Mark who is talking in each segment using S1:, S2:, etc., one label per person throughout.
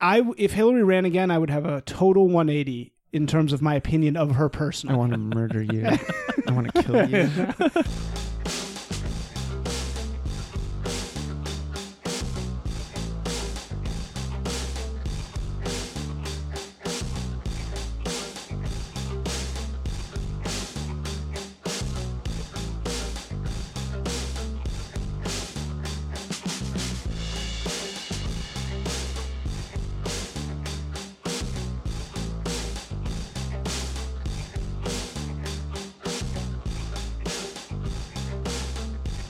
S1: I w- if Hillary ran again, I would have a total 180 in terms of my opinion of her
S2: I
S1: personally.
S2: want to murder you. I want to kill you.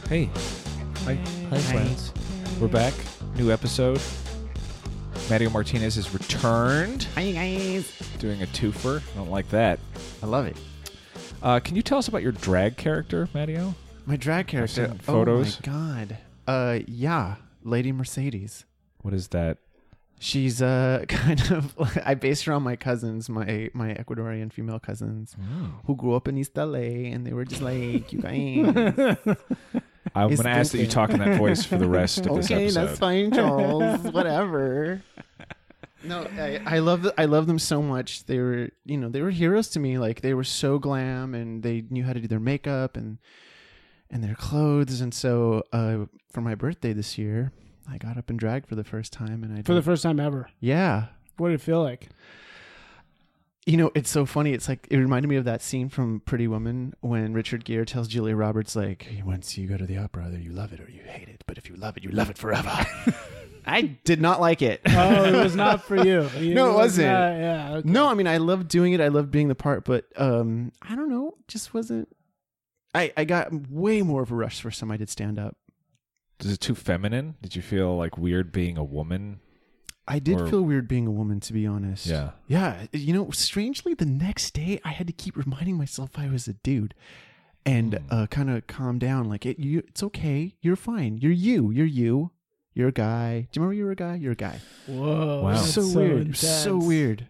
S3: Hey. Hi.
S2: Hi, friends.
S3: We're back. New episode. Mario Martinez is returned.
S2: Hi, guys.
S3: Doing a twofer. I don't like that.
S2: I love it.
S3: Uh, can you tell us about your drag character, Mario?
S2: My drag character.
S3: sent photos.
S2: Oh my god. Uh, yeah, Lady Mercedes.
S3: What is that?
S2: She's uh kind of. I based her on my cousins, my my Ecuadorian female cousins, who grew up in East LA, and they were just like, "You guys,
S3: I'm
S2: It's
S3: going to ask that you
S2: thinking.
S3: talk in that voice for the rest of this
S2: okay,
S3: episode.
S2: that's fine, Charles, whatever." No, I, I love th- I love them so much. They were you know they were heroes to me. Like they were so glam and they knew how to do their makeup and and their clothes. And so uh, for my birthday this year, I got up and drag for the first time. And I
S1: For the
S2: did-
S1: first time ever.
S2: yeah,
S1: What did it feel like?
S2: You know, it's so funny. It's like it reminded me of that scene from Pretty Woman when Richard Gere tells Julia Roberts, like, once you go to the opera, either you love it or you hate it. But if you love it, you love it forever. I did not like it.
S1: Oh, it was not for you. You-
S2: No, it
S1: was
S2: wasn't.
S1: not- yeah. okay.
S2: no, I mean I love doing it. I love being the part, but um I don't know, just wasn't I, I got way more of a rush first time I did stand up.
S3: Is it too feminine? Did you feel like weird being a woman?
S2: I did
S3: Or-
S2: feel weird being a woman, to be honest.
S3: Yeah.
S2: Yeah. You know, strangely, the next day I had to keep reminding myself I was a dude and
S3: Hmm.
S2: uh, kind of calm down. Like, it, you, it's okay. You're fine. You're you. You're you. You're a guy. Do you remember you were a guy? You're a guy.
S1: Whoa.
S3: Wow.
S1: that's
S2: So, weird.
S1: intense.
S2: So weird.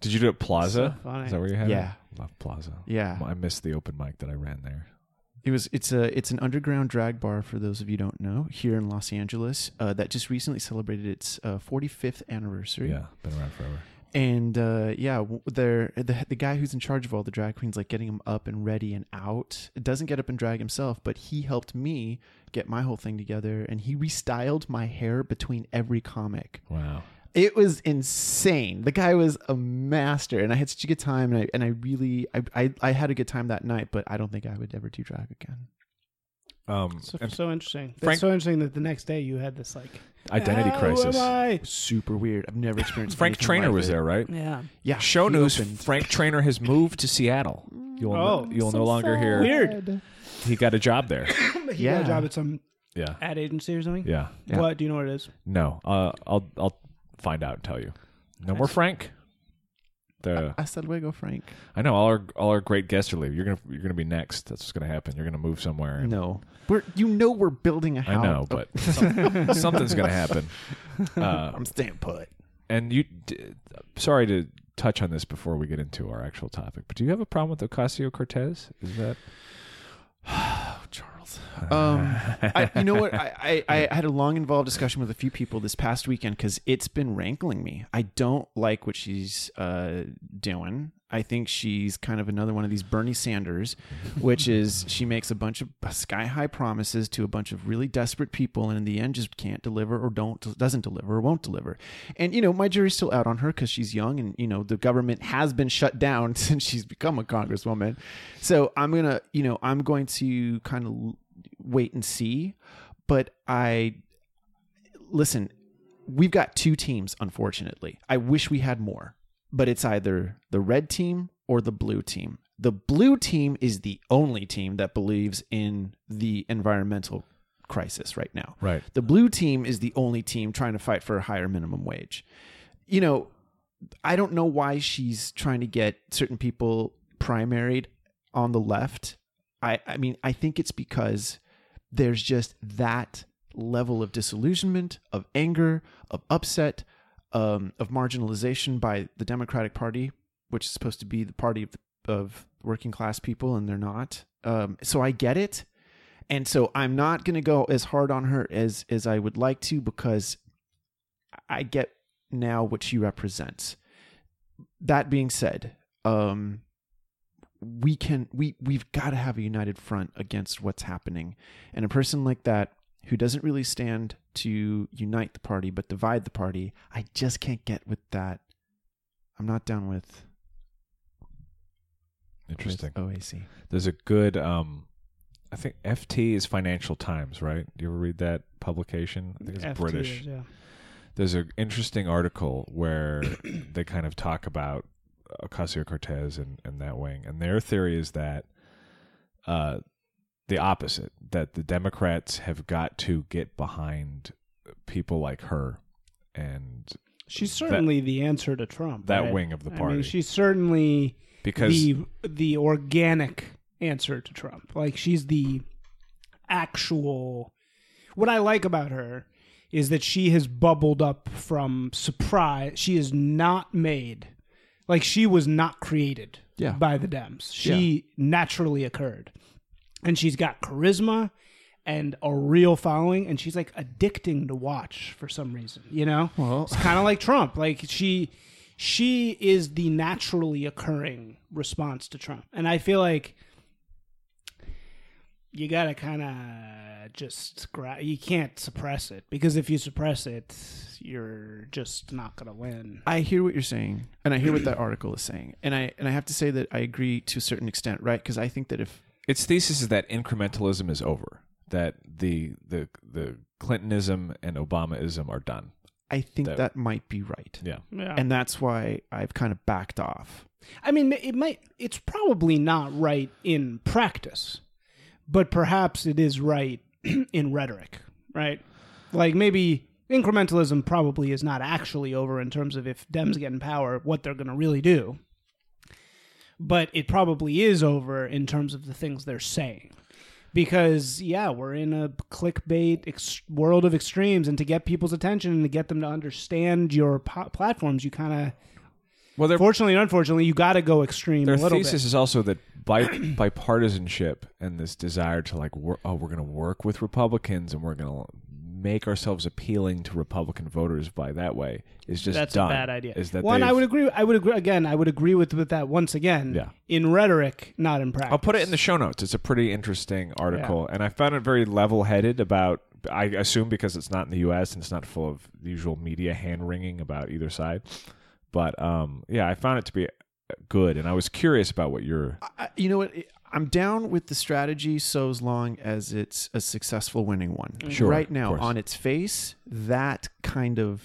S3: Did you do it Plaza?
S1: So funny.
S3: Is that where you had
S2: Yeah.
S3: it? Love Plaza.
S2: Yeah.
S3: Well, I missed the open mic that I ran there.
S2: It was it's a it's an underground drag bar for those of you who don't know here in Los Angeles uh, that just recently celebrated its uh, 45th anniversary.
S3: Yeah, been around forever.
S2: and uh, yeah, w- they're, the the guy who's in charge of all the drag queens, like getting them up and ready and out, doesn't get up and drag himself, but he helped me get my whole thing together, and he restyled my hair between every comic.
S3: Wow.
S2: It was insane. The guy was a master, and I had such a good time, and I and I really I I, I had a good time that night, but I don't think I would ever do drag again.
S3: Um,
S1: So,
S3: and
S1: so interesting. That's
S3: Frank-
S1: so interesting that the next day you had this like
S3: identity
S1: "Ah,
S3: crisis.
S1: Who am I?
S2: Super weird. I've never experienced.
S3: Frank
S2: anything
S3: Trainer
S2: like
S3: was
S2: it.
S3: there, right?
S1: Yeah.
S2: Yeah.
S3: Show
S2: he
S3: news:
S2: opened.
S3: Frank Trainer has moved to Seattle. You'll
S1: Oh,
S3: you'll
S1: so
S3: no longer hear.
S1: Weird.
S3: He got a job there.
S1: He got
S2: Yeah.
S1: a job at some
S3: yeah,
S1: ad agency or something.
S3: yeah.
S2: Yeah.
S1: What do you know what it is?
S3: No, uh, I'll I'll find out and tell you. No more Frank. The
S2: Hasta luego, Frank.
S3: I know all our all our great guests are leaving. You're gonna you're gonna be next. That's what's gonna happen. You're gonna move somewhere. and-
S2: No, we're you know we're building a
S3: I
S2: house.
S3: know, but some- something's gonna happen. Uh,
S2: Oh, I'm staying put.
S3: and you, d- sorry to touch on this before we get into our actual topic, but do you have a problem with Ocasio Cortez? Is that
S2: Charles. Um, I, you know what? I, I, I had a long, involved discussion with a few people this past weekend because it's been rankling me. I don't like what she's uh, doing. I think she's kind of another one of these Bernie Sanders, which is she makes a bunch of uh, sky high promises to a bunch of really desperate people, and in the end, just can't deliver or don't doesn't deliver or won't deliver. And you know, my jury's still out on her because she's young, and you know, the government has been shut down since she's become a congresswoman. So I'm gonna, you know, I'm going to kind of wait and see. But I listen, we've got two teams, unfortunately. I wish we had more, but it's either the red team or the blue team. The blue team is the only team that believes in the environmental crisis right now.
S3: right?
S2: The blue team is the only team trying to fight for a higher minimum wage. You know, I don't know why she's trying to get certain people primaried on the left. I, I mean, I think it's because there's just that level of disillusionment, of anger, of upset, um, of marginalization by the Democratic Party, which is supposed to be the party of, of working class people, and they're not. Um, so I get it and so I'm not going to go as hard on her as as I would like to because I get now what she represents. That being said, um, we can we we've got to have a united front against what's happening, and a person like that who doesn't really stand to unite the party but divide the party, I just can't get with that. I'm not down with
S3: Interesting.
S2: with OAC.
S3: There's a good um I think FT is Financial Times, right? Do you ever read that publication? I think it's
S1: FT
S3: British.
S1: is, yeah.
S3: There's an interesting article where they kind of talk about Ocasio Cortez and, and that wing. And their theory is that uh, the opposite, that the Democrats have got to get behind people like her and
S1: She's certainly the answer to Trump.
S3: that
S1: right?
S3: wing of the
S1: I
S3: party.
S1: mean, she's certainly
S3: because
S1: the the organic answer to Trump. Like she's the actual. What I like about her is that she has bubbled up from surprise. She is not made like she was not created
S2: Yeah.
S1: by the Dems. She naturally occurred, and she's got charisma and a real following and she's like addicting to watch for some reason you know
S2: Well-
S1: it's kind of like trump like she she is the naturally occurring response to trump and i feel like you gotta kind of just gra- you can't suppress it because if you suppress it you're just not gonna win
S2: I hear what you're saying, and I hear what that article is saying, and I and I have to say that I agree to a certain extent, right? Because I think that if
S3: its thesis is that incrementalism is over. That the the the Clintonism and Obamaism are done.
S2: I think
S3: That-
S2: that, might be right,
S3: Yeah.
S1: yeah.
S2: and that's why I've kind of backed off.
S1: I mean, it might. It's probably not right in practice, but perhaps it is right in rhetoric. Right? Like maybe incrementalism probably is not actually over in terms of if Dems get in power, what they're going to really do. But it probably is over in terms of the things they're saying. Because yeah, we're in a clickbait ex- world of extremes, and to get people's attention and to get them to understand your po- platforms, you kind of
S3: Well, their
S1: Fortunately and unfortunately, you got to go extreme
S3: their
S1: a little
S3: thesis is also that bi- bipartisanship and this desire to like wor- oh we're going to work with Republicans and we're going to make ourselves appealing to Republican voters by that way is
S1: bit.
S3: just
S1: That's
S3: done.
S1: a bad idea.
S3: Is that
S1: One, I
S3: they've-
S1: would agree. I would agree again. I would agree with with that once again.
S3: Yeah.
S1: In rhetoric, not in practice.
S3: I'll put it in the show notes. It's a pretty interesting article, and I found it very level-headed about. I assume because it's not in the U.S. and it's not full of the usual media hand wringing about either side, but um, yeah, I found it to be good, and I was curious about what your
S2: I, you know what? I'm down with the strategy so as long as it's a successful winning one.
S3: Sure,
S2: Right
S3: of
S2: now,
S3: course.
S2: on its face, that kind of,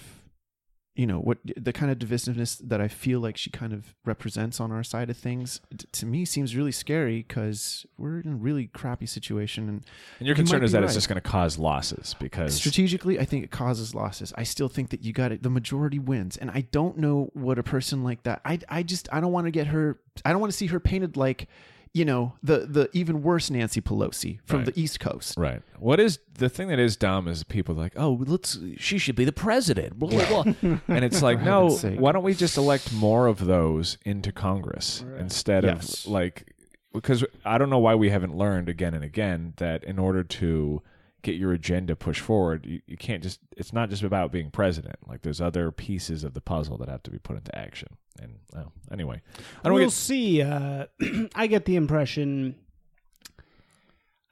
S2: you know, what the kind of divisiveness that I feel like she kind of represents on our side of things, t- to me seems really scary because we're in a really crappy situation. And
S3: and your
S2: You might
S3: concern
S2: be
S3: is that it's
S2: right.
S3: just going to cause losses because
S2: strategically, I think it causes losses. I still think that you got it. The majority wins, and I don't know what a person like that. I I just I don't want to get her. I don't want to see her painted like, you know, the the even worse Nancy Pelosi from
S3: Right.
S2: the East Coast.
S3: Right. What is the thing that is dumb is people are like, oh, let's she should be the president, blah blah blah, and it's like, no,
S2: heaven's sake.
S3: why don't we just elect more of those into Congress instead
S2: Yes.
S3: of like, because I don't know why we haven't learned again and again that in order to get your agenda pushed forward, you, you can't just. It's not just about being president. Like there's other pieces of the puzzle that have to be put into action. And oh, anyway, I don't
S1: we'll
S3: get.
S1: see. Uh, I get the impression.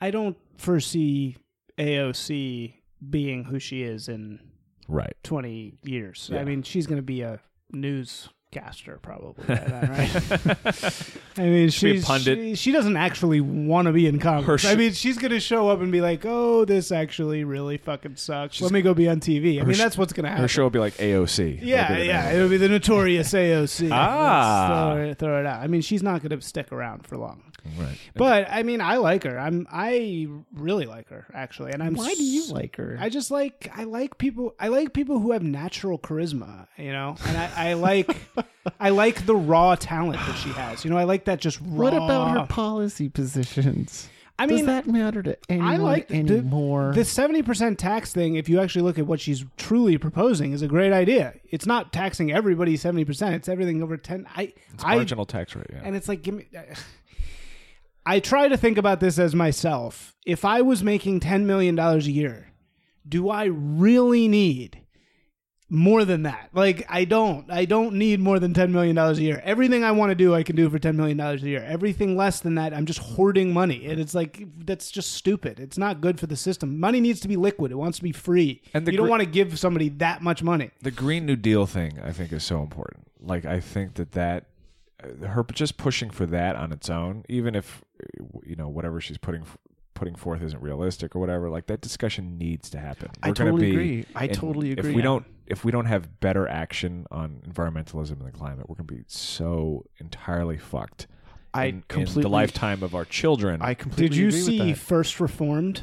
S1: I don't foresee AOC being who she is in
S3: Right.
S1: 20 years.
S3: Yeah.
S1: I mean, she's going to be a newscaster probably. by then, right? I mean,
S3: be a
S1: she's,
S3: pundit.
S1: She, she doesn't actually want to be in Congress.
S3: Her sh-
S1: I mean, she's going to show up and be like, "Oh, this actually really fucking sucks. Let me go be on TV." I mean,
S3: sh-
S1: that's what's going to happen.
S3: Her show will be like AOC. That'll
S1: yeah,
S3: be the
S1: yeah,
S3: name.
S1: it'll be the notorious AOC.
S3: Ah.
S1: Let's throw, it, throw it out. I mean, she's not going to stick around for long.
S3: Right.
S1: But I mean, I like her. I'm I really like her actually, and I'm. s-
S2: like her?
S1: I just like I like people I like people who have natural charisma, you know, and I, I like I like the raw talent that she has. You know, I like that just raw.
S2: policy positions?
S1: I mean,
S2: matter to anyone
S1: I like the- The seventy percent tax thing. If you actually look at what she's truly proposing, is a great idea. It's not taxing everybody seventy percent. It's everything over ten. I
S3: It's
S1: I
S3: marginal tax rate. Yeah.
S1: and it's like give me i try to think about this as myself if i was making $10 million a year do i really need more than that. Like I don't I don't need more than 10 million dollars a year. Everything I want to do I can do for 10 million dollars a year. Everything less than that I'm just hoarding money. And it's like that's just stupid. It's not good for the system. Money needs to be liquid. It wants to be free.
S3: And
S1: And
S3: the
S1: you don't
S3: gr-
S1: want to give somebody that much money.
S3: the Green New Deal thing, I think, is so important. Like, I think that that uh, her just pushing for that on its own, even if uh, you know whatever she's putting putting forth isn't realistic or whatever, like that discussion needs to happen.
S2: I
S3: gonna
S2: totally agree. I
S3: and
S2: totally
S3: If
S2: agree.
S3: we don't, if we don't have better action on environmentalism and the climate, we're going to be so entirely fucked.
S2: I
S3: in, in the
S2: completely-
S3: lifetime of our children.
S2: I
S3: I,
S2: completely
S1: Did you
S2: agree with
S1: see
S2: that.
S1: First Reformed?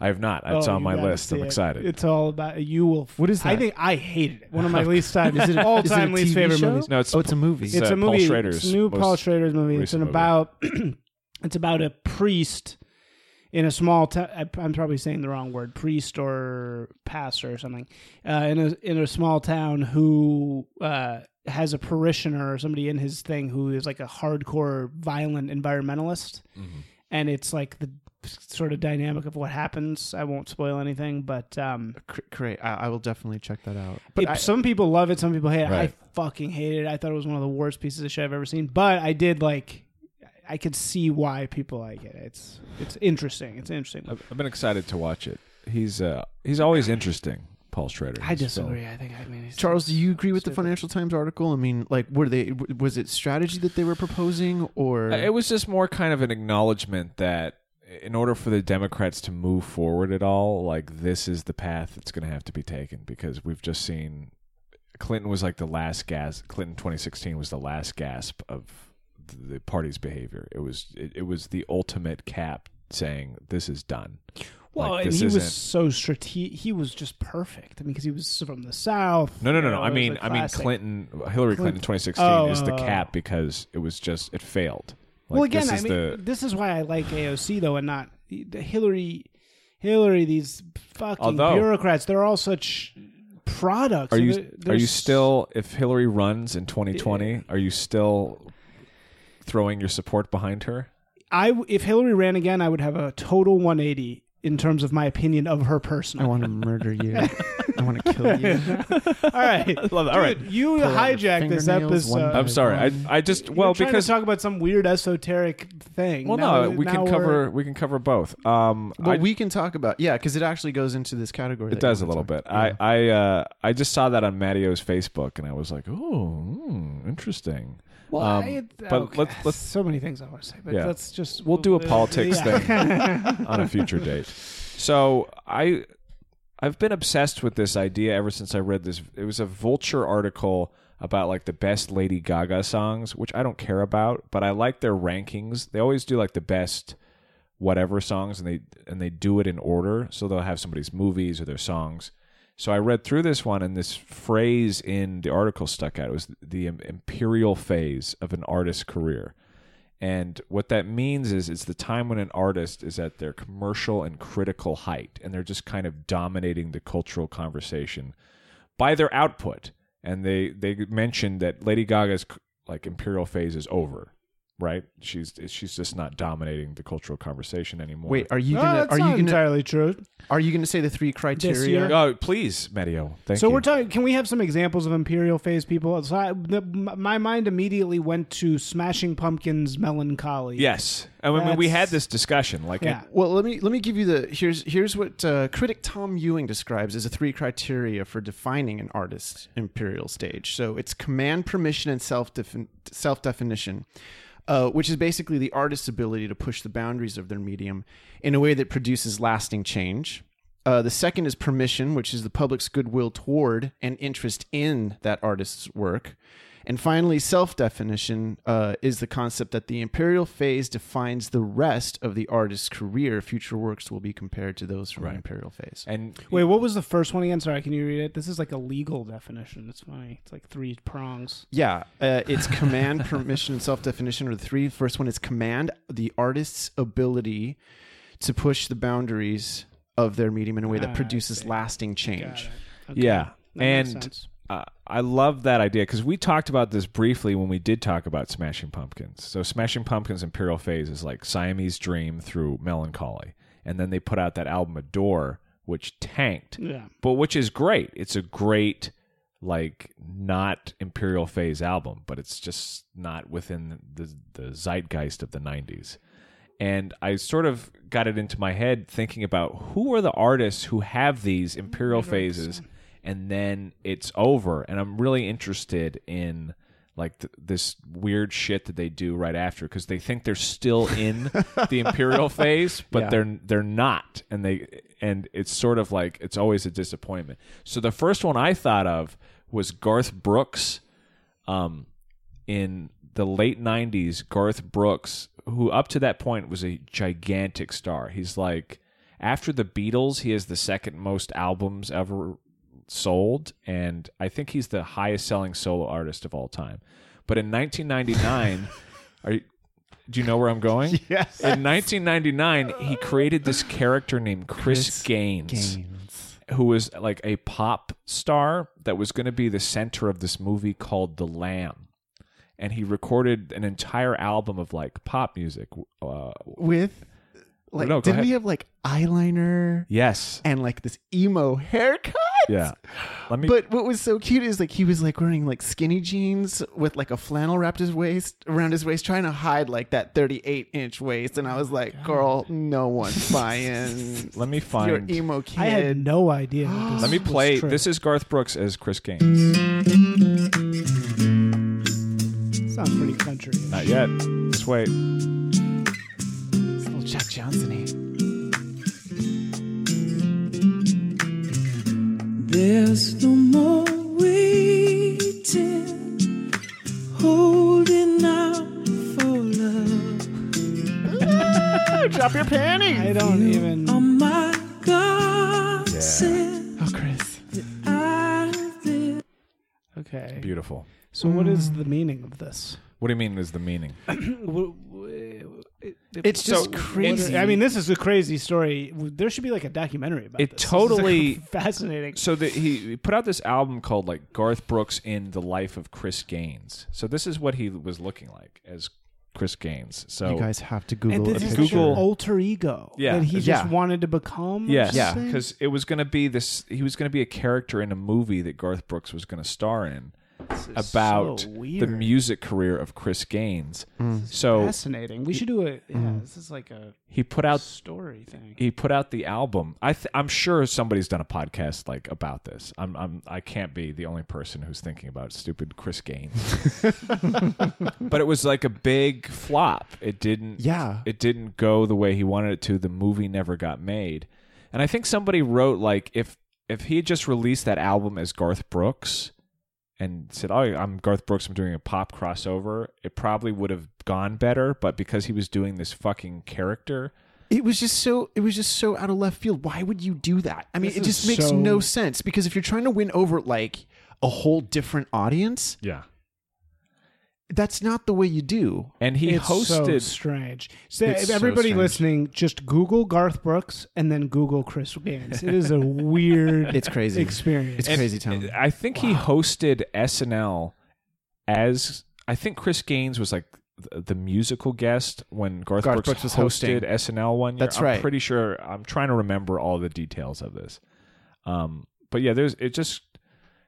S3: have not. It's
S1: Oh,
S3: on
S1: you
S3: my
S1: gotta
S3: list.
S1: see
S3: I'm
S1: it.
S3: excited.
S1: It's all about you will.
S2: What is
S1: I
S2: that?
S1: think I hated it. One of my least time,
S2: Is it a-
S1: all
S2: is it a
S1: time least
S2: TV
S1: favorite
S2: show?
S1: movies.
S3: no, it's
S2: Oh, it's a movie.
S3: It's
S1: It's
S3: uh,
S1: a movie.
S3: Paul Schrader's
S1: it's a new Paul
S3: most
S1: Schrader's movie. It's
S3: recent
S1: an
S3: movie.
S1: about. it's about a priest in a small. town. I'm probably saying the wrong word. Priest or pastor or something. Uh, in a in a small town who. Uh, has a parishioner or somebody in his thing who is like a hardcore violent environmentalist
S3: Mm-hmm.
S1: and it's like the sort of dynamic of what happens. I won't spoil anything, but um,
S2: Cr- Great. I, I will definitely check that out.
S1: but some people love it, some people hate it.
S3: Right.
S1: I fucking hate it. I thought it was one of the worst pieces of shit I've ever seen. But I did like, I could see why people like it. It's it's interesting. It's interesting.
S3: I've, I've been excited to watch it. He's uh he's always interesting, Paul Schrader.
S1: I
S3: He's
S1: disagree.
S3: so-
S1: I think I mean it's-
S2: Charles, do you agree with the
S1: Stupid.
S2: Financial Times article? I mean, like, were they? w- Was it strategy that they were proposing, or
S3: It was just more kind of an acknowledgement that in order for the Democrats to move forward at all, like this is the path that's going to have to be taken because we've just seen Clinton was like the last gasp. Clinton 2016 was the last gasp of the party's behavior. It was it, it was the ultimate cap saying this is done.
S1: Well,
S3: Like,
S1: and
S3: this
S1: he
S3: isn't-
S1: was so strategic. He was just perfect. I mean, because he was from the south.
S3: No, no, no,
S1: you
S3: no.
S1: know,
S3: I
S1: it was
S3: mean,
S1: a
S3: I mean,
S1: classic.
S3: Clinton, Hillary Clinton,
S1: Clinton.
S3: 2016
S1: Oh,
S3: is the
S1: oh, oh.
S3: cap because it was just it failed. Like,
S1: well, again,
S3: this
S1: I
S3: is
S1: mean,
S3: the.
S1: this is why I like AOC though, and not the Hillary. Hillary, these fucking
S3: Although-
S1: bureaucrats. They're all such products.
S3: Are
S1: and
S3: you
S1: they're-
S3: are
S1: they're
S3: you
S1: s-
S3: still if Hillary runs in 2020? Are you still throwing your support behind her?
S1: I w- if Hillary ran again, I would have a total 180 in terms of my opinion of her
S2: I
S1: personally.
S2: want to murder you? I want to kill you.
S1: all right,
S3: Love that. All right.
S1: Dude, you
S2: Pull out your
S1: hijacked this
S2: fingernails, one
S1: episode.
S2: by
S3: I'm sorry. I
S2: one.
S3: I just
S1: You're
S3: well
S1: trying
S3: because
S1: to talk about some weird esoteric thing.
S3: well
S1: Now-
S3: no we
S1: now
S3: can
S1: we're-
S3: cover we can cover both. Um,
S2: Well,
S3: I-
S2: we can talk about yeah, because it actually goes into this category.
S3: It does a little bit. I I uh, I just saw that on Matteo's Facebook, and I was like, "Oh, hmm, interesting."
S1: Well,
S3: Um,
S1: I-
S3: but
S1: okay.
S3: let's let's
S1: so many things I want to say, but
S3: Yeah.
S1: let's just
S3: We'll do a politics
S1: Yeah.
S3: on a future date. So I I've been obsessed with this idea ever since I read this. It was a Vulture article about like the best Lady Gaga songs, which I don't care about, but I like their rankings. They always do like the best whatever songs and they and they do it in order so they'll have somebody's movies or their songs so i read through this one and this phrase in the article stuck out it was the im- imperial phase of an artist's career and what that means is it's the time when an artist is at their commercial and critical height and they're just kind of dominating the cultural conversation by their output and they they mentioned that lady gaga's like imperial phase is over right she's she's just not dominating the cultural conversation anymore
S2: Wait, are you
S1: No,
S2: gonna
S1: that's
S2: are you
S1: Oh, not
S2: gonna
S1: entirely true?
S2: are you gonna say the three criteria?
S1: year?
S3: oh please medio thank
S1: so
S3: you
S1: we're talking. Can we have some examples of imperial phase people? So I, the, my mind immediately went to Smashing Pumpkins' "Melancholy."
S3: yes i mean we
S1: That's-
S3: had this discussion like
S1: Yeah.
S2: Well, let me let me give you the here's here's what uh, critic Tom Ewing describes as the three criteria for defining an artist's imperial stage. So it's command, permission, and self self definition, uh, which is basically the artist's ability to push the boundaries of their medium in a way that produces lasting change. Uh, the second is permission, which is the public's goodwill toward and interest in that artist's work. And finally, self definition uh, is the concept that the imperial phase defines the rest of the artist's career. Future works will be compared to those from the imperial phase.
S3: and
S1: Wait, what was the first one again? Sorry, can you read it? This is like a legal definition. It's funny. It's like three prongs.
S2: Yeah, uh, it's command, permission, and self definition are the three. First one is command, the artist's ability to push the boundaries of their medium in a way
S1: Ah,
S2: that
S1: I
S2: produces
S1: see.
S2: lasting
S1: Got
S2: change.
S1: it. Okay.
S3: yeah
S1: That makes
S3: and
S1: sense.
S3: uh, I love that idea because we talked about this briefly when we did talk about Smashing Pumpkins. So Smashing Pumpkins' Imperial Phase is like Siamese Dream through Melancholy, and then they put out that album Adore, which tanked,
S1: yeah,
S3: but which is great. It's a great like not imperial phase album but it's just not within the the zeitgeist of the 90s and i sort of got it into my head thinking about who are the artists who have these imperial phases and then it's over and i'm really interested in like th- this weird shit that they do right after because they think they're still in the imperial phase but
S2: Yeah.
S3: they're they're not and they and it's sort of like it's always a disappointment so the first one i thought of was garth brooks um in the late 90s garth brooks who up to that point was a gigantic star he's like after the beatles he has the second most albums ever sold, and I think he's the highest selling solo artist of all time. But in 1999, are you, do you know where I'm going?
S2: Yes.
S3: In 1999, he created this character named Chris, Gaines, who was like a pop star that was going to be the center of this movie called The Lamb. And he recorded an entire album of like pop music. Uh,
S2: With like
S3: No, go
S2: didn't
S3: ahead.
S2: he have like eyeliner
S3: yes.
S2: and like this emo haircut?
S3: Yeah. Let me.
S2: But what was so cute is like he was like wearing like skinny jeans with like a flannel wrapped his waist around his waist, trying to hide like that thirty eight inch waist. And I was like,
S1: Oh,
S2: girl, no one's buying
S3: let me
S2: your
S3: find.
S2: emo kid.
S1: I had no idea. that this
S3: Let me
S1: was
S3: play.
S1: true.
S3: This is Garth Brooks as Chris Gaines.
S1: sounds pretty country.
S3: Not yet. Just wait.
S2: It's a little Jack Johnson.
S4: There's no more waiting, holding out for love.
S2: Drop your panties.
S1: I don't even.
S4: Oh my God,
S3: Yeah.
S4: said
S2: Oh, Chris.
S4: I live.
S1: Okay.
S3: Beautiful.
S1: So, what is the meaning of this?
S3: What do you mean is the meaning?
S2: It's just crazy.
S1: I mean, this is a crazy story. There should be like a documentary about
S3: It
S1: this. This is,
S3: totally-
S1: like, fascinating.
S3: So the, he he put out this album called like Garth Brooks in the life of Chris Gaines. So this is what he was looking like as Chris Gaines. So
S2: You guys have to
S1: And
S2: Google a
S1: this is
S2: picture.
S1: like an
S3: Google-
S1: alter ego
S3: Yeah.
S1: that he
S2: Yeah.
S1: just wanted to become. or
S3: yes,
S2: Yeah.
S1: something?
S3: because it was going to be this. He was going to be a character in a movie that Garth Brooks was going to star in
S1: This is
S3: about
S1: so
S3: the
S1: weird.
S3: music career of Chris Gaines. So
S1: Fascinating. We should do a. Yeah, this is like a
S3: he put out
S1: story thing.
S3: he put out the album. I th- I'm sure somebody's done a podcast like about this. I'm I'm I can't be the only person who's thinking about stupid Chris Gaines. but it was like a big flop. It didn't
S2: Yeah.
S3: it didn't go the way he wanted it to. The movie never got made. And I think somebody wrote like if if he had just released that album as Garth Brooks and said, "Oh, I'm Garth Brooks. I'm doing a pop crossover." It probably would have gone better, but because he was doing this fucking character,
S2: It was just so it was just so out of left field. Why would you do that? I mean,
S1: This is
S2: it just makes
S1: so-
S2: no sense because if you're trying to win over like a whole different audience,
S3: yeah.
S2: that's not the way you do.
S3: And he
S1: it's so
S3: hosted
S1: strange. So
S3: It's
S1: if
S3: so
S1: everybody
S3: strange.
S1: listening, just Google Garth Brooks and then Google Chris Gaines. It is a weird
S2: It's crazy.
S1: experience.
S2: It's crazy town.
S3: I think he hosted SNL as I think Chris Gaines was like th- the musical guest when Garth,
S2: Garth
S3: Brooks,
S2: Brooks was hosting.
S3: hosted SNL one year.
S2: That's
S3: I'm
S2: right.
S3: pretty sure. I'm trying to remember all the details of this. Um, but yeah, there's it just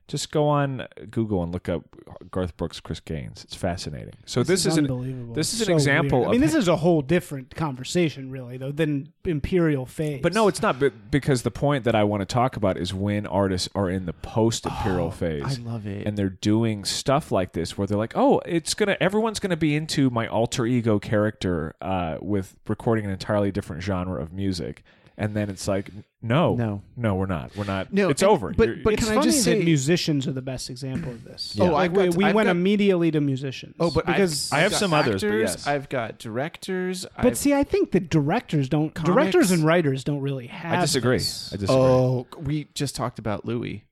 S3: just go on Google and look up Garth Brooks, Chris Gaines. It's fascinating. So this, is, an
S1: unbelievable.
S3: this is an
S1: So
S3: example
S1: weird. I mean,
S3: of-
S1: this is a whole different conversation, really, though, than imperial phase.
S3: but no, it's not be- because the point that I want to talk about is when artists are in the post-imperial phase.
S2: Oh, I love it.
S3: and they're doing stuff like this where they're like, "Oh, it's gonna everyone's gonna be into my alter ego character uh, with recording an entirely different genre of music," and then it's like, "No,
S2: No.
S3: no, we're not, we're not.
S2: No,
S3: it's
S2: and-
S3: over."
S2: but-
S3: You're-
S2: but
S1: It's
S2: can I
S1: funny
S2: just
S1: that
S2: say-
S1: musicians are the best example of this.
S3: Yeah.
S1: like
S2: I've
S1: we,
S2: got-
S1: we
S2: I've
S1: went
S2: got-
S1: immediately to musicians.
S2: Oh, but I've-
S1: because
S3: I have
S2: got
S3: some others, but
S2: actors,
S3: yes.
S2: I've got directors.
S1: but
S2: I've,
S1: see, I think the directors don't.
S2: Comics.
S1: Directors and writers don't really have.
S3: I disagree.
S1: this.
S3: I disagree.
S2: oh, we just talked about Louis.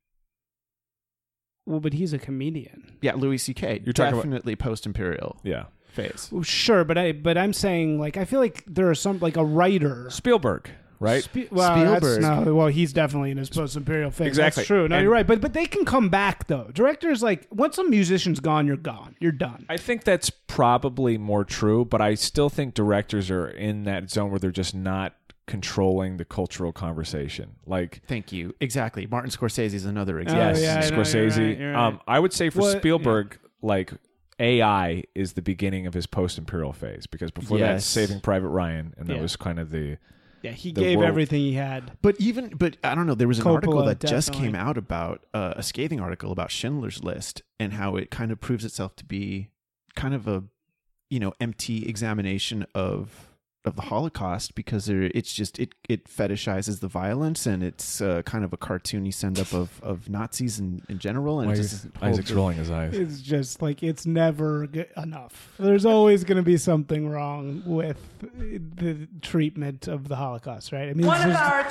S1: well, but he's a comedian.
S2: Yeah, Louis C.K.
S3: You're talking about-
S2: definitely post-imperial
S3: yeah,
S2: phase.
S1: Well, sure, but I but I'm saying like I feel like there are some like a writer.
S3: Spielberg, right?
S1: Spe- well, that's-
S2: Spielberg.
S1: no, well, he's definitely in his post-imperial phase.
S3: Exactly.
S1: That's true. No,
S3: And-
S1: you're right. But but they can come back though. Directors like once a musician's gone, you're gone. You're done.
S3: I think that's probably more true, but I still think directors are in that zone where they're just not controlling the cultural conversation. Like
S2: Thank you. Exactly. Martin Scorsese is another example.
S3: yes,
S1: Oh, yeah, I know, you're
S3: Scorsese.
S1: right, you're right.
S3: Um, I would say for
S1: What-
S3: Spielberg, like AI is the beginning of his post-imperial phase because before that,
S2: Yes.
S3: Saving Private Ryan, and that
S1: Yeah.
S3: was kind of the
S1: Yeah, he
S3: The
S1: gave
S3: world-
S1: everything he had.
S2: But even, but I don't know. There was an article
S1: Coppola,
S2: that just
S1: definitely.
S2: came out about uh, a scathing article about Schindler's List and how it kind of proves itself to be kind of a, you know, empty examination of of the Holocaust because there, it's just it it fetishizes the violence and it's uh, kind of a cartoony send up of of Nazis in, in general and it just doesn't hold
S3: Isaac's
S2: the-
S3: rolling his eyes.
S1: It's just like it's never g- enough. There's always going to be something wrong with the treatment of the Holocaust, right? I mean,
S5: One of
S1: there's-
S5: our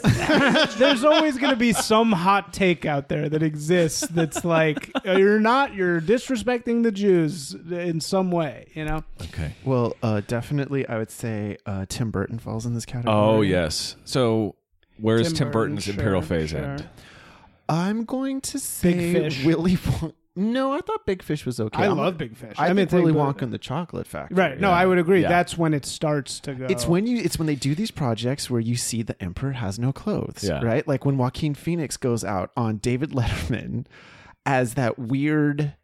S5: attorneys
S1: there's always going to be some hot take out there that exists that's like uh, you're not you're disrespecting the Jews in some way, you know.
S3: Okay.
S2: Well, uh, definitely, I would say uh, Tim Burton falls in this category.
S3: Oh yes. So where's Tim,
S1: Tim Burton,
S3: Burton's imperial
S1: sure,
S3: phase
S1: sure.
S3: end?
S2: I'm going to say
S1: Fish.
S2: Willy Wonka. No, I thought Big Fish was okay.
S1: I
S2: I'm-
S1: love Big Fish.
S2: I,
S1: I
S2: mean,
S1: think
S2: Willy
S1: Big-
S2: Wonka and the Chocolate Factory.
S1: Right? No, I would agree.
S3: Yeah.
S1: That's when it starts to go.
S2: It's when you it's when they do these projects where you see the emperor has no clothes,
S3: Yeah.
S2: right? Like when Joaquin Phoenix goes out on David Letterman as that weird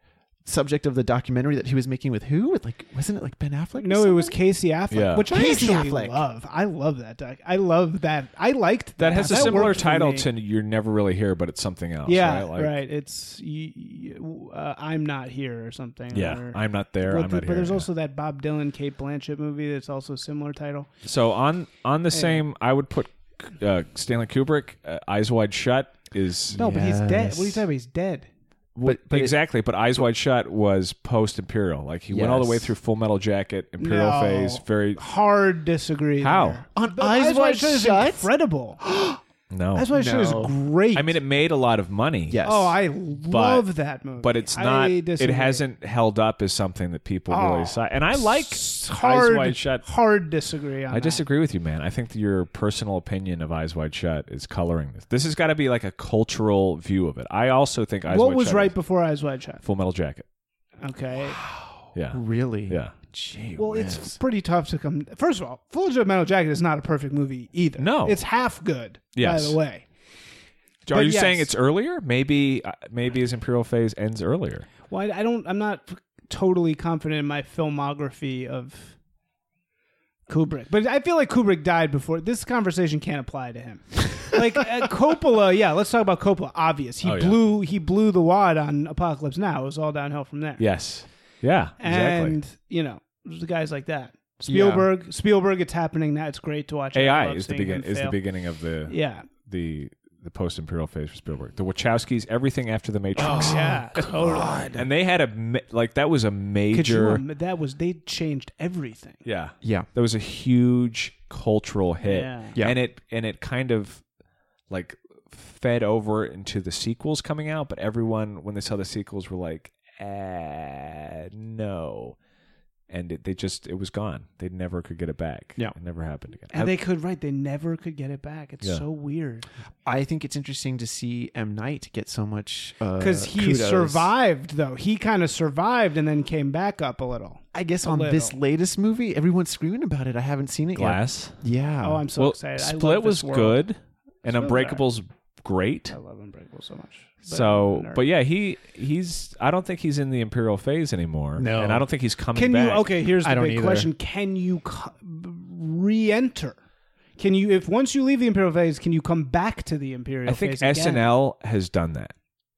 S2: subject of the documentary that he was making with who? With like wasn't it like Ben Affleck? or
S1: no, it was
S2: something?
S1: Casey Affleck,
S3: Yeah.
S1: which
S2: Casey
S1: I actually
S2: Affleck.
S1: love. I love that. Doc. I love that. I liked that.
S3: That has a similar
S1: worked for
S3: title
S1: me.
S3: to "You're Never Really Here," but it's something else.
S1: Yeah,
S3: right.
S1: right. It's you, you- uh, I'm not here or something.
S3: Yeah,
S1: or-
S3: I'm not there.
S1: Well,
S3: I'm
S1: th-
S3: not
S1: but
S3: here.
S1: there's
S3: yeah.
S1: also that Bob Dylan, Kate Blanchett movie that's also a similar title.
S3: so on on the same. I would put uh, Stanley Kubrick. Uh, Eyes Wide Shut is
S1: No, but he's dead. What are you
S2: Yes.
S1: talking about? He's dead.
S3: but,
S2: but it-
S3: exactly. But Eyes Wide Shut was post Imperial. Like he went all the way
S2: Yes.
S3: through Full Metal Jacket, Imperial
S1: No.
S3: phase. Very
S1: Hard disagree.
S3: How?
S1: there.
S2: on
S1: But
S2: Eyes Wide
S1: Shut is
S2: Shut.
S1: incredible.
S3: no.
S1: Eyes Wide Shut is
S2: No.
S1: great.
S3: I mean, it made a lot of money.
S2: Yes.
S1: oh, I love that movie.
S3: But it's
S1: I
S3: not. It
S1: disagree.
S3: hasn't held up as something that people
S1: Oh,
S3: really saw. And I like
S1: s-
S3: Eyes
S1: hard.
S3: Wide Shut.
S1: Hard disagree on.
S3: I disagree with you, man. I think that your personal opinion of Eyes Wide Shut is coloring this. This has got to be like a cultural view of it. I also think Eyes
S1: That. What
S3: Wide
S1: was
S3: Shut
S1: right
S3: is
S1: before Eyes Wide Shut?
S3: Full Metal Jacket.
S1: Okay.
S3: Yeah,
S2: really?
S3: yeah.
S2: Gee
S1: Well,
S2: whiz.
S1: it's pretty tough to come. First of all, Full Metal Jacket is not a perfect movie either.
S3: No.
S1: it's half good.
S3: Yes.
S1: By the way,
S3: Are
S1: But
S3: you saying
S1: yes.
S3: it's earlier? Maybe, uh, maybe his Imperial phase ends earlier.
S1: Well, I I don't. I'm not f- totally confident in my filmography of Kubrick, but I feel like Kubrick died before. This conversation can't apply to him. like uh, Coppola, yeah. Let's talk about Coppola. Obvious. He
S3: Oh, yeah.
S1: blew. He blew the wad on Apocalypse Now. It was all downhill from there.
S3: Yes. Yeah.
S1: and
S3: exactly.
S1: you know, there's the guys like that. Spielberg. Spielberg. It's happening now. It's great to watch. I
S3: AI
S1: love
S3: is the
S1: seeing him
S3: begin is the
S1: fail.
S3: beginning of the
S1: Yeah.
S3: the the post Imperial phase for Spielberg. The Wachowskis, everything after the Matrix.
S1: Yeah. Totally.
S3: And they had a ma- like that was a
S1: Oh, Could you?
S3: major.
S1: im- That was they changed everything.
S3: Yeah.
S2: yeah.
S3: that was a huge cultural hit
S1: Yeah.
S2: Yeah.
S3: and it and it kind of like fed over into the sequels coming out but everyone when they saw the sequels were like eh, no and it, they just it was gone they never could get it back
S2: Yeah.
S3: it never happened again
S1: And they could right. They never could get it back. It's
S3: Yeah.
S1: so
S3: Uh,
S1: weird.
S2: I think it's interesting to see M Night get so much uh,
S1: because
S2: because
S1: he survived though he kind of survived and then came back up a little
S2: I guess
S1: a
S2: on this
S1: little.
S2: latest movie, everyone's screaming about it. I haven't seen it
S3: glass
S2: yet. Yeah.
S1: oh i'm so
S3: well
S1: excited I love
S3: split
S1: this
S3: was
S1: world.
S3: good and
S1: Split was alright.
S3: unbreakable's great
S1: i love unbreakable so much But
S3: so
S1: I'm a nerd.
S3: but yeah he he's i don't think he's in the imperial phase anymore
S2: No.
S3: and i don't think he's coming
S1: can you
S3: back.
S1: okay here's the
S2: I don't
S1: big
S2: either.
S1: question can you co- re-enter can you if once you leave the imperial phase can you come back to the imperial
S3: I think
S1: phase again?
S3: SNL has done that,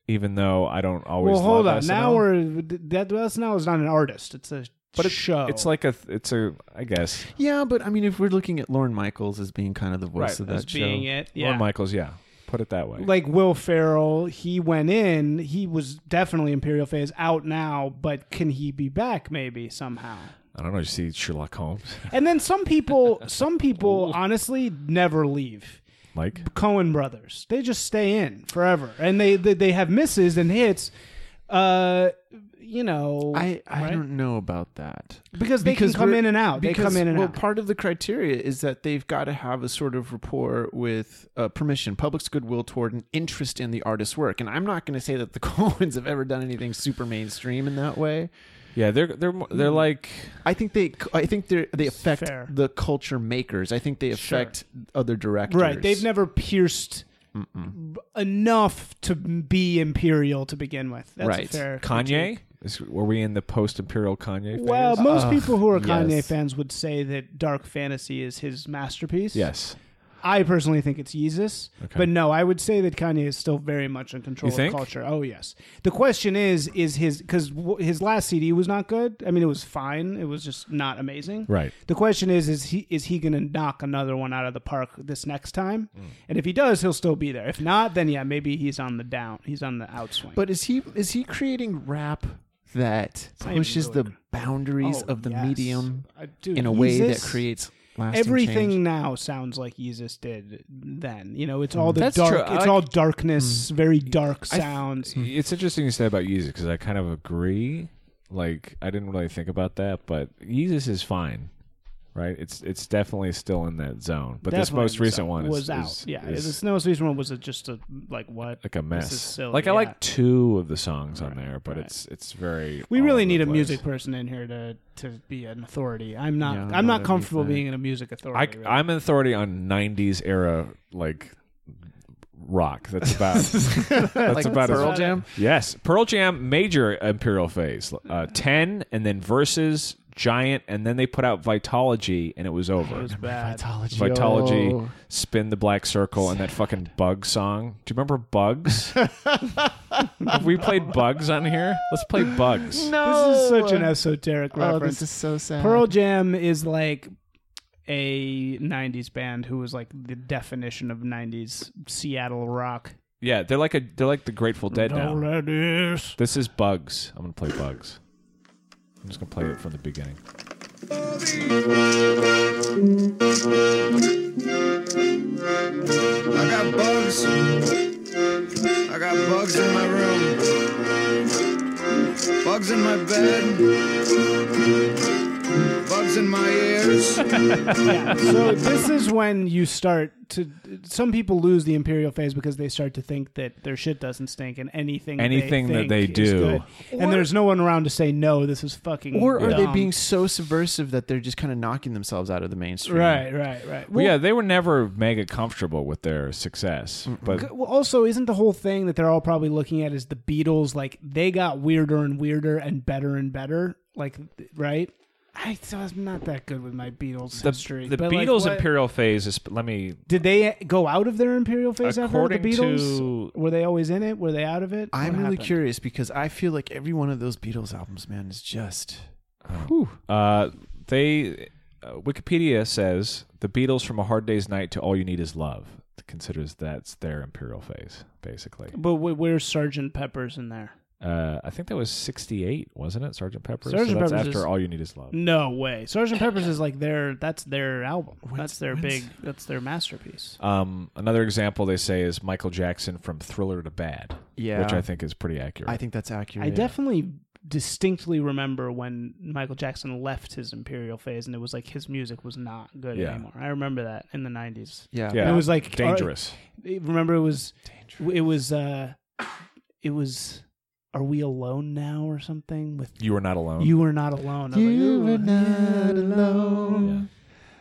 S3: even though I don't always.
S1: well hold on
S3: love
S1: now
S3: SNL.
S1: we're that well, snl is not an artist it's a
S3: but it-
S1: show
S3: It's like a. It's a. I guess.
S2: Yeah, but I mean, if we're looking at Lauren Michaels as being kind of the voice
S3: Right,
S2: of
S1: as
S2: that show,
S1: being it yeah
S3: Lauren Michaels. Yeah. Put it that way.
S1: like Will Ferrell, he went in. He was definitely Imperial phase out now, but can he be back maybe somehow?
S3: I don't know. You see Sherlock Holmes.
S1: And then some people, some people honestly never leave.
S3: like
S1: Cohen brothers, they just stay in forever, and they they, they have misses and hits. Uh, you know,
S2: I, I
S1: right?
S2: don't know about that.
S1: because they can come
S2: we're-
S1: in and out. Oh, They
S2: because,
S1: come in and
S2: well,
S1: out.
S2: part of the criteria is that they've got to have a sort of rapport with uh, permission, public's goodwill toward an interest in the artist's work. And I'm not going to say that the Coens have ever done anything super mainstream in that way.
S3: Yeah, they're they're mo-
S1: Hmm.
S3: they're like
S2: I think they I think they they affect
S1: Fair.
S2: the culture makers. I think they
S1: Sure.
S2: affect other directors.
S1: Right. They've never pierced b- enough to be imperial to begin with. That's a
S2: Right.
S1: fair.
S3: Kanye. Is, were we in the post-imperial Kanye? phase?
S1: Well, most people who are Kanye
S2: yes.
S1: fans would say that Dark Fantasy is his masterpiece.
S3: yes.
S1: I personally think it's Yeezus.
S3: Okay.
S1: But no, I would say that Kanye is still very much in control
S3: You think?
S1: of culture. Oh, yes. The question is, is his, because w- his last CD was not good. I mean, it was fine. It was just not amazing.
S3: Right.
S1: The question is, is he is he going to knock another one out of the park this next time?
S3: Mm.
S1: And if he does, he'll still be there. If not, then yeah, maybe he's on the down. He's on the outswing.
S2: But is he is he creating rap that
S1: not even
S2: pushes
S1: really
S2: the boundaries
S1: Oh,
S2: of the
S1: yes.
S2: medium
S1: Uh, dude,
S2: in a way that
S1: Yeezus-
S2: creates lasting
S1: everything
S2: change?
S1: now sounds like Yeezus did then. You know, it's
S3: Hmm.
S1: all the
S2: That's
S1: dark.
S2: true. I
S1: It's
S2: like-
S1: all darkness, very dark sounds.
S3: It's interesting you say about Yeezus because I kind of agree. Like I didn't really think about that, but Yeezus is fine, right? It's it's definitely still in that zone. But this
S1: Definitely
S3: most recent one
S1: was
S3: is,
S1: out.
S3: is-
S1: yeah,
S3: is
S1: this most recent one was a, just a like what?
S3: like a
S1: This
S3: mess.
S1: is silly.
S3: like I
S1: yeah.
S3: like two of the songs on there, but
S1: right.
S3: it's it's very.
S1: We
S3: all
S1: really
S3: over
S1: need
S3: the
S1: a
S3: place.
S1: music person in here to to be an authority. I'm not.
S2: Yeah, I
S1: I'm
S2: know
S1: not
S2: that
S1: comfortable
S2: makes sense.
S1: being in a music authority.
S3: I
S1: really.
S3: I'm an authority on '90s era like rock. That's about.
S2: That's
S3: about
S2: Pearl
S1: as-
S2: Jam.
S3: Yes, Pearl Jam major imperial phase, uh, ten, and then versus giant, and then they put out Vitology, and it was
S1: it
S3: over.
S1: was bad.
S2: Vitology.
S3: Vitology,
S2: Oh.
S3: spin the black circle, and that fucking bug song. Do you remember Bugs? Have we played Bugs on here? Let's play Bugs.
S2: No.
S1: This is such an esoteric
S2: Oh,
S1: reference.
S2: this is so sad.
S1: Pearl Jam is like a 90s band who was like the definition of 90s Seattle rock.
S3: Yeah, they're like a they're like the Grateful Dead now.
S1: Ladies.
S3: This is Bugs. I'm gonna play Bugs. I'm just gonna play it from the beginning.
S5: I got bugs. I got bugs in my room. Bugs in my bed. Bugs in my ears.
S1: Yeah. So this is when you start to some people lose the imperial phase because they start to think that their shit doesn't stink and anything
S3: Anything
S1: they
S3: that
S1: think
S3: they
S1: is
S3: do.
S1: good. and there's no one around to say no this is fucking
S2: Or are they
S1: dumb."
S2: being so subversive that they're just kind of knocking themselves out of the mainstream?
S1: Right, right, right.
S3: Well, yeah, they were never mega comfortable with their success, but
S1: Well, also, isn't the whole thing that they're all probably looking at is the Beatles? Like they got weirder and weirder and better and better. Like, th- right? I, so I'm not that good with my Beatles
S3: the,
S1: history.
S3: the
S1: but, like,
S3: Beatles
S1: what-
S3: imperial phase is. Let me.
S1: Did they go out of their imperial phase after the
S3: According
S1: Beatles?
S3: to-
S1: Were they always in it? Were they out of it?
S2: I'm
S1: What
S2: really
S1: happened?
S2: curious because I feel like every one of those Beatles albums, man, is just
S3: Uh, they uh, Wikipedia says the Beatles from a hard day's night to all you need is love considers that's their imperial phase basically.
S1: But wh- where's Sergeant Pepper's in there?
S3: Uh, I think that was 68, wasn't it? Sergeant Pepper.
S1: Sgt.
S3: so that's
S1: Pepper's
S3: after
S1: is-
S3: all you need is love.
S1: No way. Sergeant Pepper's is like their that's their album. that's their big. That's their masterpiece.
S3: Um, another example they say is Michael Jackson from Thriller to Bad.
S2: Yeah.
S3: Which I think is pretty accurate.
S2: I think that's accurate.
S1: I definitely distinctly remember when Michael Jackson left his imperial phase, and it was like his music was not good
S3: Yeah.
S1: anymore. I remember that in the nineties.
S2: Yeah.
S3: yeah.
S1: It was like
S3: dangerous.
S1: Remember, it was it was uh it was. Are we alone now or something? With
S3: you are not alone.
S1: you are not alone. I was
S2: You
S1: like,
S2: are
S1: "Ooh."
S2: not alone.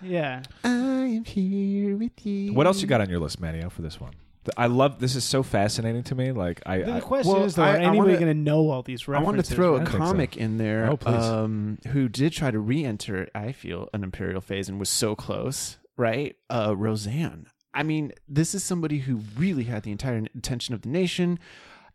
S1: Yeah,
S2: I am here with you.
S3: What else you got on your list, Matteo, for this one? Th- I love this is so fascinating to me. Like I,
S1: the
S3: I
S1: question
S2: well,
S1: is, though,
S2: I-
S1: are
S2: I
S1: anybody
S2: wanna-
S1: going to know all these
S2: I
S1: references?
S2: want to throw
S1: right?
S2: a
S3: think so.
S2: comic in there
S3: Oh, please.
S2: um, who did try to re enter, I feel, an imperial phase and was so close, right? Uh, Roseanne. I mean, this is somebody who really had the entire attention of the nation.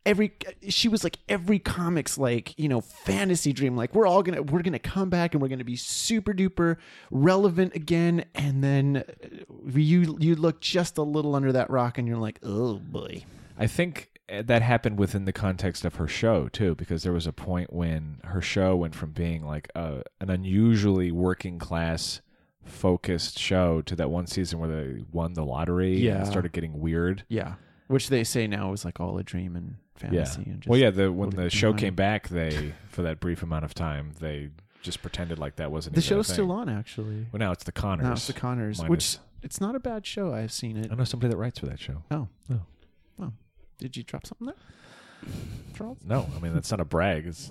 S2: Every she was like every comics like you know fantasy dream like we're all gonna we're gonna come back and we're gonna be super duper relevant again and then uh, you you look just a little under that rock and you're like oh boy
S3: I think uh, that happened within the context of her show too, because there was a point when her show went from being like a, an unusually working class focused show to that one season where they won the lottery and
S2: Yeah.
S3: it started getting weird.
S2: Yeah. Which they say now is like all a dream and
S3: Yeah.
S2: fantasy and just
S3: Well, yeah. The when
S2: what
S3: the
S2: it
S3: show
S2: can
S3: came
S2: find.
S3: back, they for that brief amount of time they just pretended like that wasn't
S2: The
S3: even a
S2: show's still
S3: thing.
S2: on actually.
S3: Well, now it's the Connors.
S2: Now it's the Connors,
S3: Mine
S2: which
S3: is-
S2: it's not a bad show. I've seen it.
S3: I know somebody that writes for that show.
S2: Oh.
S3: Oh.
S2: Well, did you drop something there? Charles?
S3: No, I mean that's not a brag. It's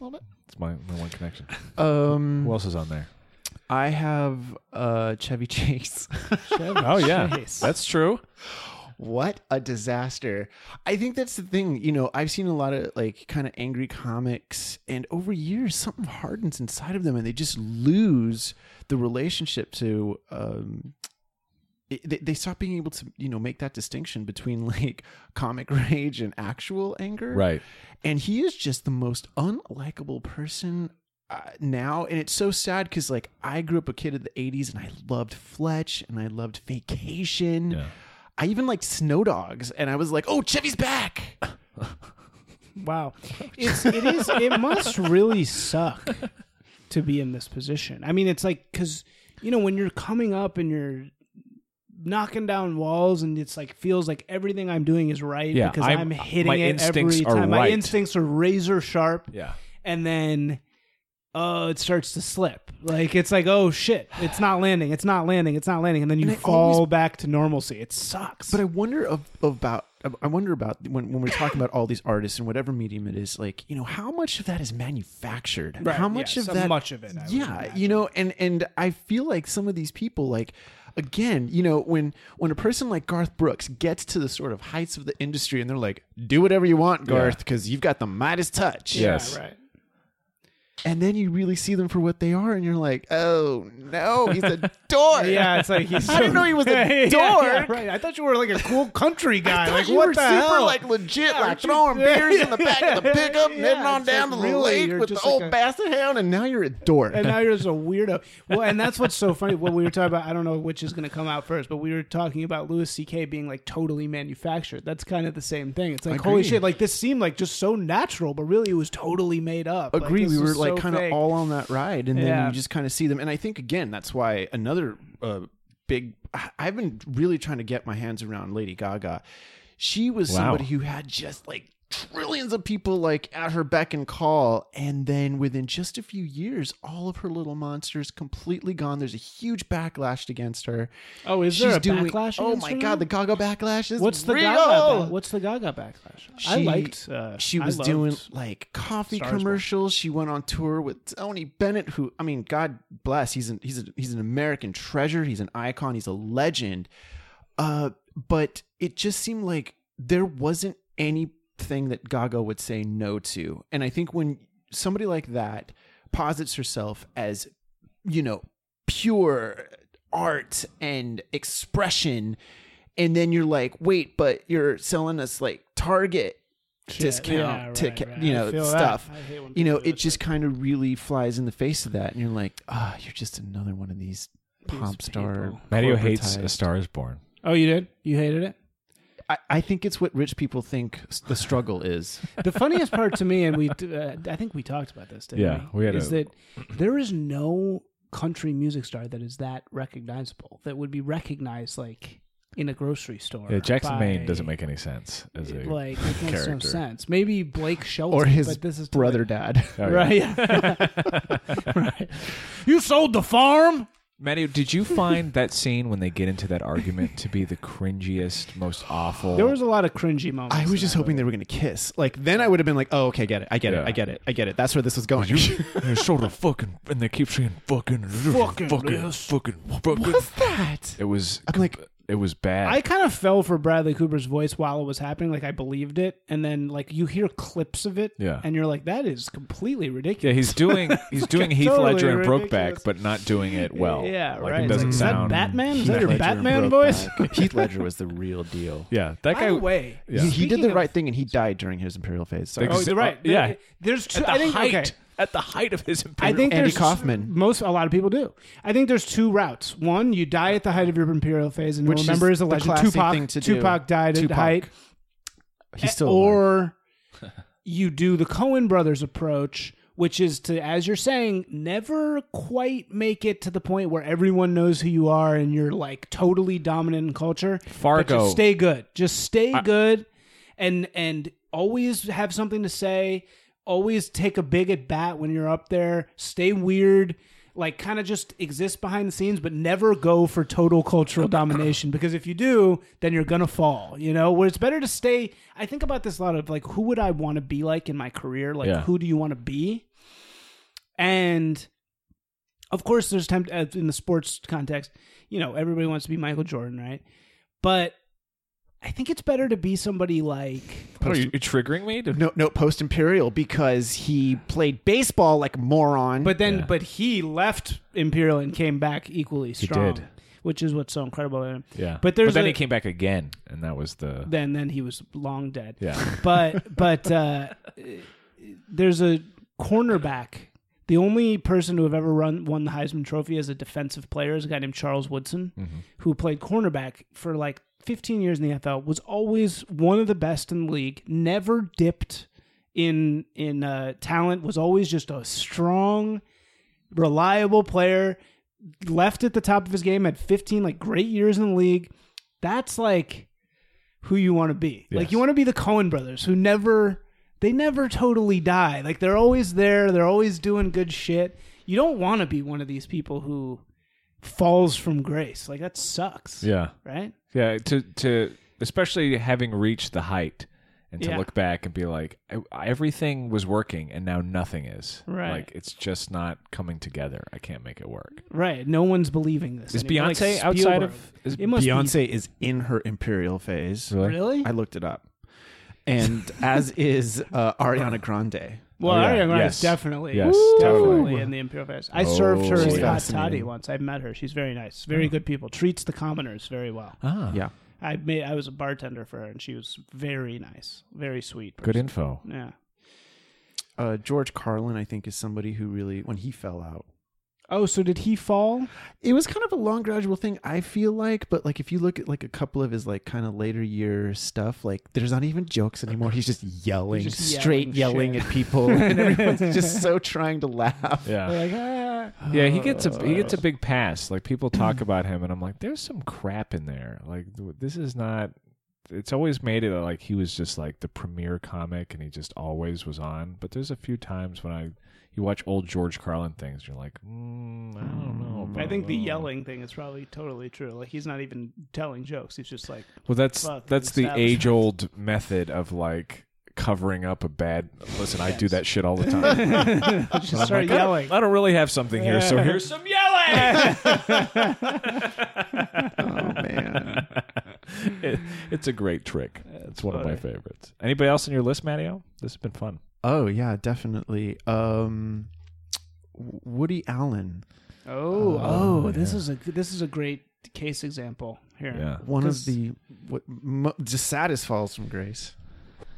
S2: a little bit.
S3: It's my, my one connection.
S2: Um,
S3: Who else is on there?
S2: I have uh, Chevy Chase.
S3: Oh yeah,
S1: Chase.
S3: that's true.
S2: what a disaster. I think that's the thing. You know, I've seen a lot of like kind of angry comics, and over years, something hardens inside of them, and they just lose the relationship to. Um, it- they, they stop being able to, you know, make that distinction between like comic rage and actual anger.
S3: Right.
S2: and he is just the most unlikable person uh, now and it's so sad because like i grew up a kid of the 80s and i loved fletch and i loved vacation
S3: Yeah.
S2: i even liked snow dogs and i was like oh chevy's back
S1: Wow, it's it is it must really suck to be in this position. I mean, it's like because you know when you're coming up and you're knocking down walls and it's like feels like everything I'm doing is right
S3: Yeah,
S1: because
S3: I'm-
S1: I'm, hitting
S3: my
S1: it
S3: instincts
S1: every
S3: are
S1: time. My
S3: right.
S1: instincts are razor sharp,
S3: Yeah.
S1: and then uh it starts to slip. Like it's like oh shit, it's not landing, it's not landing, it's not landing, and then you
S2: And I
S1: fall
S2: always-
S1: back to normalcy. It sucks.
S2: but i wonder of, about i wonder about when, when we're talking about all these artists and whatever medium it is like you know how much of that is manufactured
S1: Right,
S2: how much
S1: yes,
S2: of that
S1: much of it I would
S2: yeah
S1: imagine.
S2: you know and and i feel like some of these people like again you know when when a person like garth brooks gets to the sort of heights of the industry and they're like do whatever you want garth because you've got the midas touch
S3: Yes.
S1: right.
S2: and then you really see them for what they are and you're like oh no he's a dork
S1: Yeah, it's like he's.
S2: I didn't know he was a
S1: Yeah, yeah,
S2: dork.
S1: right. I thought you were like a cool country
S2: I
S1: guy.
S2: thought
S1: Like
S2: you
S1: what
S2: were
S1: the
S2: super
S1: hell?
S2: like legit, like
S1: aren't you-
S2: throwing
S1: yeah,
S2: beers in the back of the pickup and
S1: yeah,
S2: heading on
S1: it's like,
S2: down to the
S1: really,
S2: lake
S1: you're
S2: with the
S1: just
S2: old
S1: like a-
S2: basset hound, and now you're a dork.
S1: and now you're just a weirdo. Well, and that's what's so funny. What we were talking about, I don't know which is going to come out first, but we were talking about Louis C.K. being like totally manufactured. That's kind of the same thing. It's like holy
S2: Agreed.
S1: shit! Like this seemed like just so natural, but really it was totally made up. Like,
S2: agree
S1: this
S2: we
S1: is
S2: were
S1: so
S2: like kind of
S1: fake.
S2: all on that ride and then
S1: Yeah.
S2: you just kind of see them and i think again that's why another uh, big I- i've been really trying to get my hands around lady gaga she was
S3: Wow.
S2: somebody who had just like trillions of people like at her beck and call and then within just a few years all of her little monsters completely gone there's a huge backlash against her
S1: Oh, is there a backlash
S2: oh
S1: against
S2: my
S1: her now?
S2: god the gaga backlash is
S1: What's the
S2: real!
S1: Gaga? Back, what's the Gaga backlash? I
S2: She-
S1: liked. Uh,
S2: she
S1: I
S2: was
S1: loved-
S2: doing like coffee
S1: Stars Born.
S2: commercials. She went on tour with Tony Bennett, who I mean, God bless, he's an he's a, he's an American treasure. He's an icon. He's a legend. Uh, but it just seemed like there wasn't anything that Gaga would say no to, and I think when somebody like that posits herself as, you know, pure art and expression. And then you're like, wait, but you're selling us like Target
S1: Shit, yeah,
S2: discount
S1: right,
S2: ticket,
S1: right.
S2: you
S1: I
S2: know,
S1: feel that.
S2: stuff.
S1: I hate when
S2: You know,
S1: people do
S2: it
S1: that
S2: just kind of really flies in the face of that, and you're like, ah, you're just another one of these pop star.
S1: people.
S3: Mario hates A
S2: corporatized."
S3: Star Is Born.
S1: Oh, you did? You hated it?
S2: I, I think it's what rich people think s- the struggle is.
S1: The funniest part to me, and we, uh, I think we talked about this, didn't
S3: Yeah, we had
S1: is
S3: a-
S1: that there is no country music star that is that recognizable that would be recognized like in a grocery store.
S3: Yeah, Uh, Jackson
S1: by-
S3: Maine doesn't make any sense as a
S1: like it makes no
S3: character.
S1: sense. Maybe Blake Shelton
S2: or his
S1: but this is
S2: brother dad.
S3: Oh, yeah.
S1: right? yeah. right. You sold the farm.
S3: Maddie, did you find that scene when they get into that argument to be the cringiest, most awful?
S1: There was a lot of cringy moments.
S2: I
S1: in
S2: was just
S1: that
S2: hoping they were going to kiss. Like, then I would have been like, oh, okay, I get it. I get
S3: Yeah.
S2: it. I get it. I get it. That's where this was going.
S3: They're sort of fucking, and they keep saying fucking, fucking, fucking, fucking, fucking.
S2: What's that?
S3: It was,
S2: I'm like,
S3: it was bad.
S1: I kind of fell for Bradley Cooper's voice while it was happening. Like I believed it, and then like you hear clips of it,
S3: Yeah.
S1: and you're like, that is completely
S3: yeah,
S1: ridiculous.
S3: he's doing, he's doing Heath
S1: totally
S3: Ledger and
S1: ridiculous.
S3: Brokeback, but not doing it well.
S1: yeah,
S3: like
S1: right.
S3: it
S1: It's
S3: doesn't
S1: like, is
S3: sound.
S1: that Batman? Is
S2: Heath
S1: that your
S2: Ledger
S1: Batman
S2: and
S1: voice?
S2: Brokeback. Heath Ledger was the real deal.
S3: Yeah,
S1: By
S3: that guy.
S1: the way,
S3: Yeah.
S2: He, he did
S1: speaking
S2: the
S1: of-
S2: right thing, and he died during his imperial phase. Sorry.
S3: Ex-
S1: Oh, you're right.
S3: Yeah.
S1: There- there's two. I think okay.
S3: at the height of his
S1: I
S3: imperial.
S1: think
S2: Andy
S1: there's
S2: Kaufman.
S1: Most a lot of people do. I think there's two routes. One, you die at the height of your imperial phase, and
S2: Which
S1: we'll remember
S2: is
S1: as a
S2: the
S1: legend.
S2: classy
S1: Tupac,
S2: thing to do.
S1: Tupac died at
S2: Tupac.
S1: height.
S2: He's still alive.
S1: or you do the Cohen brothers approach, which is to, as you're saying, never quite make it to the point where everyone knows who you are and you're like totally dominant in culture. But
S3: Fargo.
S1: just stay good. Just stay good, and and always have something to say. Always take a big at bat when you're up there. Stay weird. like kind of just exist behind the scenes, but never go for total cultural domination because if you do, then you're gonna fall. You know, where it's better to stay. I think about this a lot of like, who would I want to be like in my career? Like,
S3: Yeah.
S1: who do you want to be? And of course, there's tempt uh, in the sports context. You know, everybody wants to be Michael Jordan, right? But I think it's better to be somebody like.
S3: What, are you you're triggering me? To,
S2: No, no, post imperial because he played baseball like a moron.
S1: But then,
S3: Yeah.
S1: but he left Imperial and came back equally strong,
S3: did.
S1: which is what's so incredible. About him.
S3: Yeah,
S1: But there's
S3: then
S1: a-
S3: he came back again, and that was the
S1: Then, then he was long dead.
S3: yeah.
S1: But, but uh, there's a cornerback. The only person to have ever run won the Heisman Trophy as a defensive player is a guy named Charles Woodson, who played cornerback for like 15 years in the NFL. Was always one of the best in the league. Never dipped in in uh, talent. Was always just a strong reliable player, left at the top of his game at 15, like great years in the league. That's like who you want to be. Like
S3: Yes.
S1: you want to be the Cohen brothers who never they never totally die. Like they're always there, they're always doing good shit. You don't want to be one of these people who falls from grace. Like that sucks.
S3: Yeah.
S1: Right?
S3: Yeah, to to especially having reached the height and to
S1: Yeah.
S3: look back and be like "I- everything was working and now nothing is.
S1: Right.
S3: Like it's just not coming together. I can't make it work.
S1: Right. No one's believing this.
S3: Is
S1: anymore. Like
S3: Beyonce outside of-
S1: Spielberg.
S3: is
S1: it must be-
S2: Beyonce is in her imperial phase.
S1: really?
S2: I looked it up, and as is uh, Ariana Grande.
S1: Well,
S3: Oh, yeah.
S1: Ariana Grande
S3: Yes.
S1: is definitely,
S3: Yes,
S1: definitely
S3: totally. Oh,
S1: in the Imperial Fest. I served her
S2: She's
S1: as hot
S2: fascinating.
S1: toddy once. I met her. She's very nice, very
S3: Mm.
S1: good people. Treats the commoners very well.
S3: Ah.
S2: Yeah,
S1: I made. I was a bartender for her, and she was very nice, very sweet.
S3: Good
S1: person.
S3: info.
S1: Yeah.
S2: uh, George Carlin, I think, is somebody who really when he fell out.
S1: Oh, so did he fall?
S2: It was kind of a long gradual thing, I feel like, but like if you look at like a couple of his like kind of later year stuff, like there's not even jokes anymore. He's just yelling,
S1: He's just
S2: straight
S1: yelling
S2: yelling at people, and everyone's just so trying to laugh.
S3: Yeah.
S1: Like, ah. Oh.
S3: Yeah, he gets a he gets a big pass. Like people talk about him and I'm like there's some crap in there. Like th- this is not it's always made it like he was just like the premier comic and he just always was on. But there's a few times when I you watch old George Carlin things, you're like, mm, I don't know.
S1: I
S3: about
S1: think the
S3: that."
S1: yelling thing is probably totally true. Like he's not even telling jokes. He's just like,
S3: Well, that's
S1: Fuck,
S3: that's the
S1: establishment.
S3: age old method of like covering up a bad. Listen, I do
S1: Yes.
S3: that shit all the time.
S1: just start
S3: I don't-
S1: yelling.
S3: I don't really have something here, so here's some yelling.
S2: Oh man,
S3: It- it's a great trick. It's one of my favorites. Anybody else on your list, Matteo? This has been fun.
S2: oh yeah, definitely. Um, Woody Allen,
S1: Oh, oh, this is a this is a great case example here.
S2: one of
S1: 'Cause-
S2: the what, mo- just saddest falls from grace.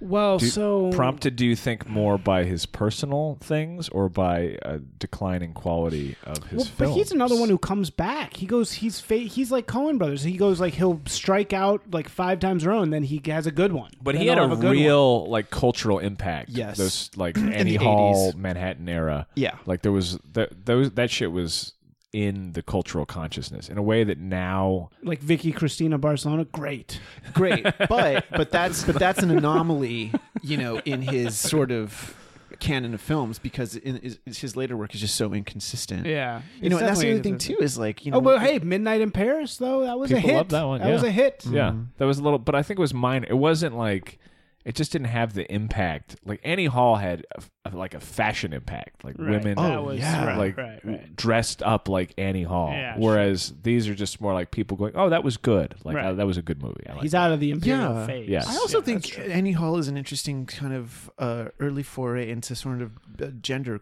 S1: Well,
S3: Do-
S1: so
S3: Prompted, do you think more by his personal things or by a declining quality of his
S1: Well, but he's another one who comes back. He goes, he's fa- he's like Cohen Brothers. He goes like he'll strike out like five times in a row, and then he has a good one.
S3: But
S1: Then
S3: he had a,
S1: he'll have good
S3: real like cultural impact.
S2: Yes.
S3: those like Annie
S2: the
S3: Hall
S2: 80s.
S3: Manhattan era.
S2: Yeah.
S3: like there was that those that shit was in the cultural consciousness in a way that now
S1: one. like Vicky Cristina Barcelona. Great.
S2: great but but that's but that's an anomaly you know in his sort of canon of films because in, is, is his later work is just so inconsistent
S1: Yeah,
S2: you know and that's the other thing too is like you know
S1: Oh, but hey, Midnight in Paris though that was a
S3: People
S1: hit.
S3: loved that one, yeah.
S1: was a hit.
S3: yeah that was a little but I think it was minor. It wasn't like it just didn't have the impact. Like Annie Hall had a f- a- like a fashion impact. Like
S1: Right.
S3: women
S1: That was- yeah. right,
S3: like
S1: right, right.
S3: dressed up like Annie Hall.
S1: Yeah,
S3: Whereas these are just more like people going, "Oh, that was good. Like
S1: Right.
S3: uh, that was a good movie." I like
S1: He's
S3: that."
S1: out of the imperial
S2: Yeah.
S1: phase.
S3: Yes.
S2: I also
S1: Yeah, that's
S2: think
S1: true.
S2: Annie Hall is an interesting kind of uh, early foray into sort of uh, gender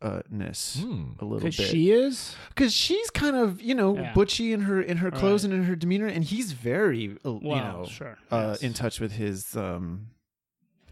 S2: queerness a little bit
S1: because she is.
S2: because she's kind of you know
S1: Yeah.
S2: butchy in her in her clothes and in her demeanor, and he's very uh, you
S1: Well,
S2: know
S1: sure,
S2: uh,
S1: yes.
S2: in touch with his um,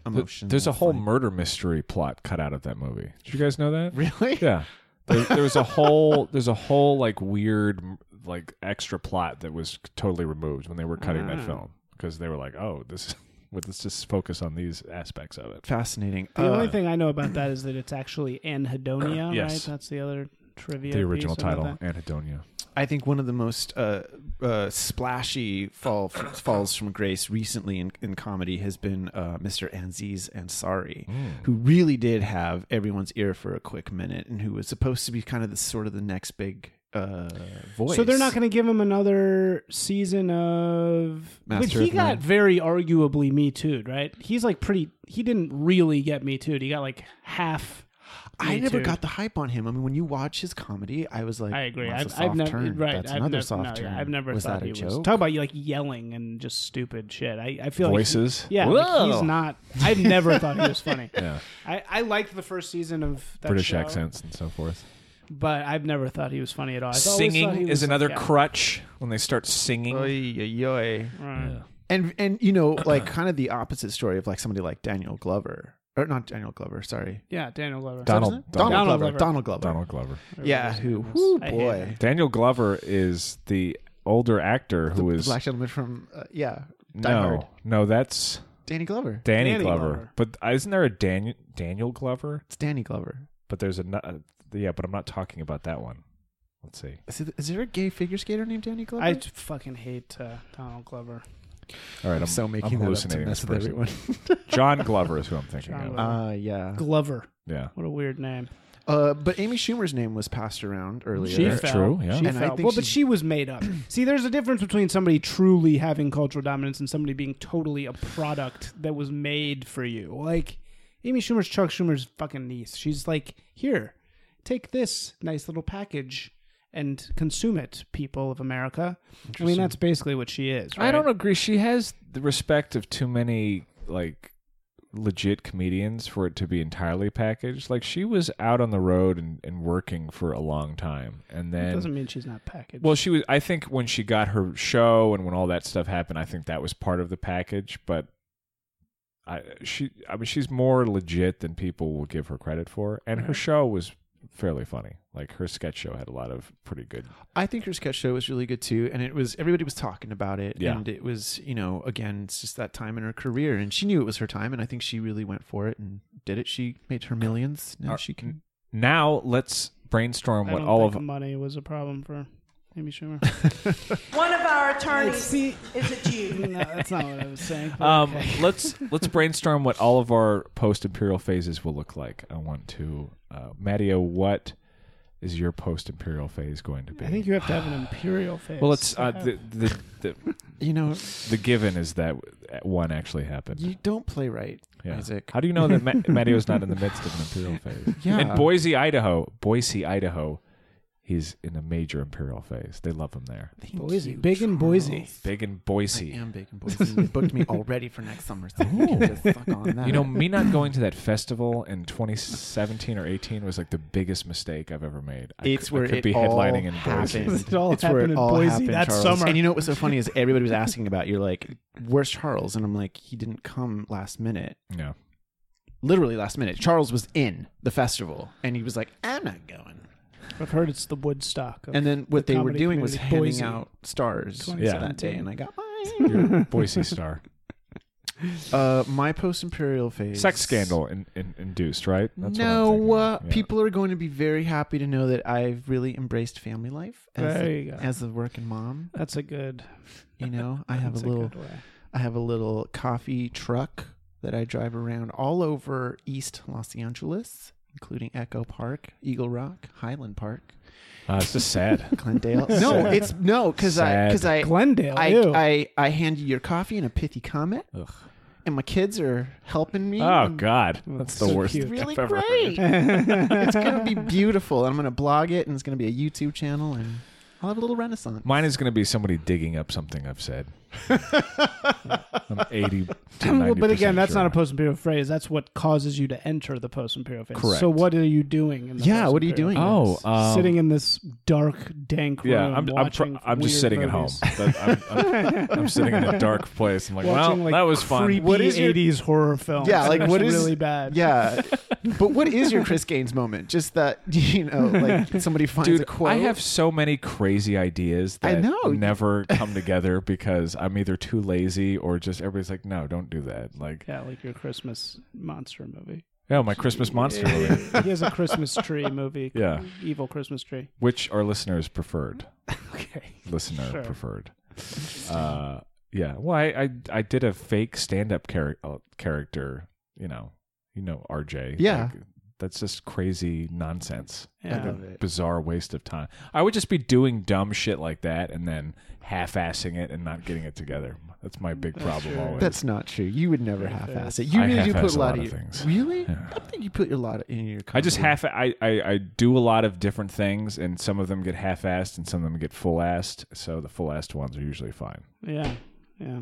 S3: Th-
S2: emotions.
S3: There's a whole murder mystery plot cut out of that movie. Did you guys know that?
S2: really
S3: Yeah. There, there was a whole there's a whole like weird like extra plot that was totally removed when they were cutting
S1: Ah.
S3: that film because they were like, "Oh, this well, let's just focus on these aspects of it."
S2: fascinating.
S1: The
S2: Uh,
S1: only thing I know about that is that it's actually Anhedonia.
S3: Yes.
S1: right? That's the other trivia.
S3: The original
S1: piece about
S3: title,
S1: that.
S3: Anhedonia.
S2: I think one of the most uh, uh, splashy fall falls from grace recently in, in comedy has been uh, Mr. Anziz Ansari,
S1: Mm.
S2: who really did have everyone's ear for a quick minute, and who was supposed to be kind of the sort of the next big uh, voice.
S1: So they're not going to give him another season of.
S2: Master
S1: but he
S2: of
S1: got
S2: None.
S1: very arguably me too, right? He's like pretty. He didn't really get me too. He got like half.
S2: I
S1: Me
S2: never
S1: Too'd.
S2: got the hype on him. I mean, when you watch his comedy, I was like,
S1: I agree.
S2: "That's a
S1: I've,
S2: soft
S1: I've never
S2: turn.
S1: right.
S2: That's
S1: I've
S2: another
S1: never,
S2: soft
S1: no, yeah,
S2: turn.
S1: I've never
S2: was
S1: thought
S2: that a
S1: he
S2: joke?
S1: was talk about like yelling and just stupid shit. I, I feel
S3: Voices?
S1: Like, yeah, like,
S2: Whoa.
S1: he's not. I've never thought he was funny.
S3: Yeah.
S1: I, I liked the first season of that
S3: British
S1: show,
S3: accents and so forth.
S1: but I've never thought he was funny at all. I've always thought he
S3: Singing
S1: was Oh,
S3: is
S1: like,
S3: another
S1: yeah,
S3: crutch when they start singing.
S2: Oy, oy, oy.
S1: right.
S2: and and you know like kind of the opposite story of like somebody like Daniel Glover or not Daniel Glover sorry
S1: Yeah, Daniel Glover.
S2: Donald,
S3: Donald, Donald,
S1: Donald
S2: Glover,
S1: Glover.
S2: Donald Glover
S3: Donald Glover.
S2: yeah who whoo
S1: I hate
S2: boy
S1: him.
S3: Daniel Glover is the older actor who
S2: the, the
S3: is
S2: black gentleman from uh, yeah Die Hard.
S3: no, no, that's
S2: Danny Glover
S3: Danny,
S1: Danny
S3: Glover.
S1: Glover.
S3: But isn't there a Daniel Daniel Glover?
S2: it's Danny Glover
S3: But there's a nu- uh, yeah, but I'm not talking about that one. Let's see.
S2: is, it, is there a gay figure skater named Danny Glover
S1: I t- fucking hate uh, Donald Glover.
S3: All right, I'm,
S2: I'm so making
S3: I'm
S2: that up to
S3: hallucinating
S2: mess
S3: this
S2: with
S3: person.
S2: everyone
S3: John Glover is who I'm thinking
S1: John
S3: of.
S1: Glover.
S2: uh yeah
S1: Glover.
S3: Yeah.
S1: What a weird name.
S2: uh but Amy Schumer's name was passed around earlier
S1: She
S3: Yeah,
S1: fell.
S3: true, yeah.
S1: She
S2: And I
S1: fell.
S2: think
S1: Well, but
S2: she's-
S1: she was made up. See, there's a difference between somebody truly having cultural dominance and somebody being totally a product that was made for you. Like Amy Schumer's Chuck Schumer's fucking niece. She's like, here, take this nice little package and consume it, people of America. I mean, that's basically what she is.
S3: I
S1: right?
S3: don't agree. She has the respect of too many like legit comedians for it to be entirely packaged. Like she was out on the road and, and working for a long time, and
S1: It doesn't
S3: then
S1: mean she's not packaged.
S3: well, she was. I think when she got her show and when all that stuff happened, I think that was part of the package. But I she I mean she's more legit than people will give her credit for, and her show was fairly funny. Like her sketch show had a lot of pretty good.
S2: I think her sketch show was really good too, and it was everybody was talking about it,
S3: Yeah.
S2: and it was you know again it's just that time in her career, and she knew it was her time, and I think she really went for it and did it. She made her millions. Now
S3: Are-
S2: she can.
S3: Now let's brainstorm
S1: I
S3: what
S1: don't
S3: all
S1: think
S3: of
S1: money was a problem for Amy Schumer.
S6: One of our attorneys
S1: See,
S6: is a Jew.
S1: no, that's not what I was saying. but
S3: Um,
S1: okay.
S3: let's let's brainstorm what all of our post-imperial phases will look like. I want to, uh, Matteo, what is your post-imperial phase going to be?
S1: I think you have to have an imperial face.
S3: well, it's uh, the, the the
S2: You know,
S3: the given is that one actually happened.
S2: you don't play right,
S3: Yeah.
S2: Isaac.
S3: How do you know that Ma- Matteo's not in the midst of an imperial phase?
S2: Yeah.
S3: In Boise, Idaho, Boise, Idaho, he's in a major imperial phase. They love him there.
S2: Thank
S1: Boise,
S2: you,
S1: big in Boise.
S2: Charles.
S3: Big in
S2: I
S3: Boise.
S2: am big in Boise. They booked me already for next summer. So we can
S1: Oh.
S3: Ooh.
S2: just suck on that.
S3: You know, me not going to that festival in 2017 or 18 was like the biggest mistake I've ever made. I
S2: It's
S3: could, I
S2: where
S3: could
S2: it
S3: be
S2: all
S3: headlining in
S2: happened.
S3: Boise.
S1: It all
S2: it's where
S1: happened
S2: it
S1: in
S2: all
S1: Boise
S2: happened,
S1: that
S2: Charles.
S1: summer.
S2: And you know what was so funny is everybody was asking about. You're like, where's Charles? And I'm like, he didn't come last minute.
S3: No,
S2: literally last minute. Charles was in the festival and he was like, I'm not going.
S1: I've heard it's the Woodstock. Of,
S2: And then what
S1: The
S2: they were
S1: comedy
S2: doing was
S1: community,
S2: handing
S1: Boise.
S2: out stars
S1: Yeah.
S2: that day, and I got mine.
S3: you're a Boise star.
S2: uh, my post imperial phase.
S3: Sex scandal in, in, induced, right?
S2: no, uh,
S3: what I'm thinking. Yeah.
S2: people are going to be very happy to know that I've really embraced family life as,
S1: there
S2: a,
S1: you go.
S2: as a working mom.
S1: that's a good.
S2: You know, I have a
S1: that's
S2: little,
S1: good way.
S2: I have a little coffee truck that I drive around all over East Los Angeles, including Echo Park, Eagle Rock, Highland Park.
S3: Uh, it's just sad.
S2: Glendale. no,
S3: Sad.
S2: it's no because I because I
S1: Glendale.
S2: I,
S1: ew.
S2: I I hand you your coffee and a pithy comment,
S3: Ugh.
S2: and my kids are helping me.
S3: Oh
S2: and
S3: God, that's the
S1: So
S3: worst.
S1: cute.
S2: it's really
S3: I've ever heard.
S2: great. it's gonna be beautiful. I'm gonna blog it, and it's gonna be a YouTube channel, and I'll have a little renaissance.
S3: Mine is going to be somebody digging up something I've said. I'm 80 to
S1: Well,
S3: 90%
S1: but again, that's
S3: sure.
S1: not a post-imperial phrase. That's what causes you to enter the post-imperial phase.
S3: Correct.
S1: So what are you doing? In the
S2: Yeah, what are you
S1: post-imperial
S2: doing?
S3: Oh,
S1: phase?
S3: um,
S1: sitting in this dark, dank room.
S3: Yeah, I'm. I'm,
S1: watching
S3: pro- I'm just
S1: weird
S3: sitting
S1: movies.
S3: at home. But I'm, I'm, I'm sitting in a dark place. I'm like, well,
S1: Watching, like,
S3: that was fun.
S1: Creepy
S2: What is your-
S1: 80s horror film?
S2: Yeah, like, what is-
S1: really bad?
S2: Yeah, but what is your Chris Gaines moment? Just that you know, like somebody finds
S3: Dude,
S2: a quote.
S3: I have so many crazy ideas
S2: I
S3: that
S2: know.
S3: never come together because I'm either too lazy or just everybody's like, no, don't do that. Like,
S1: yeah, like your Christmas monster movie.
S3: oh, my Christmas monster movie,
S1: he has a Christmas tree movie.
S3: Yeah.
S1: Evil Christmas tree.
S3: which our listeners preferred.
S1: Okay.
S3: listener
S1: Sure.
S3: preferred. Uh, yeah. Well, I I, I did a fake stand up char- uh, character. You know, you know RJ.
S2: Yeah.
S3: Like, that's just crazy nonsense.
S1: Yeah.
S3: Bizarre waste of time. I would just be doing dumb shit like that and then half-assing it and not getting it together. That's my big problem always.
S2: That's not true. You would never half-ass it. You
S3: I
S2: really do
S3: half-ass
S2: put a lot, of, your-
S3: things.
S2: Really?
S3: Yeah.
S2: I think you put a lot in your.
S3: I just
S2: comedy.
S3: half I, I I do a lot of different things and some of them get half-assed and some of them get full-assed. So the full-assed ones are usually fine.
S1: Yeah. Yeah.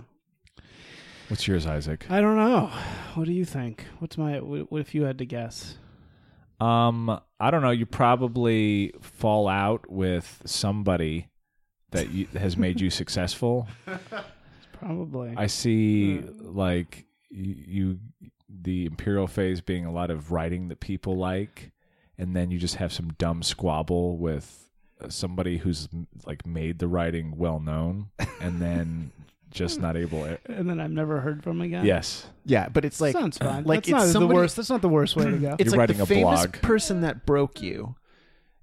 S3: What's yours, Isaac?
S1: I don't know. What do you think? What's my? What what if you had to guess?
S3: Um, I don't know. You probably fall out with somebody that you, has made you successful.
S1: Probably.
S3: I see, like you, you, the imperial phase being a lot of writing that people like, and then you just have some dumb squabble with uh, somebody who's m- like made the writing well known, and then just not able. e-,
S1: and then I've never heard from again.
S3: Yes,
S2: Yeah, but it's like
S1: sounds fine.
S2: like
S1: that's
S2: it's
S1: not
S2: somebody-
S1: the worst. That's not the worst way to go.
S2: It's
S3: You're
S2: like
S3: writing
S2: the
S3: a
S2: famous
S3: blog.
S2: person that broke you,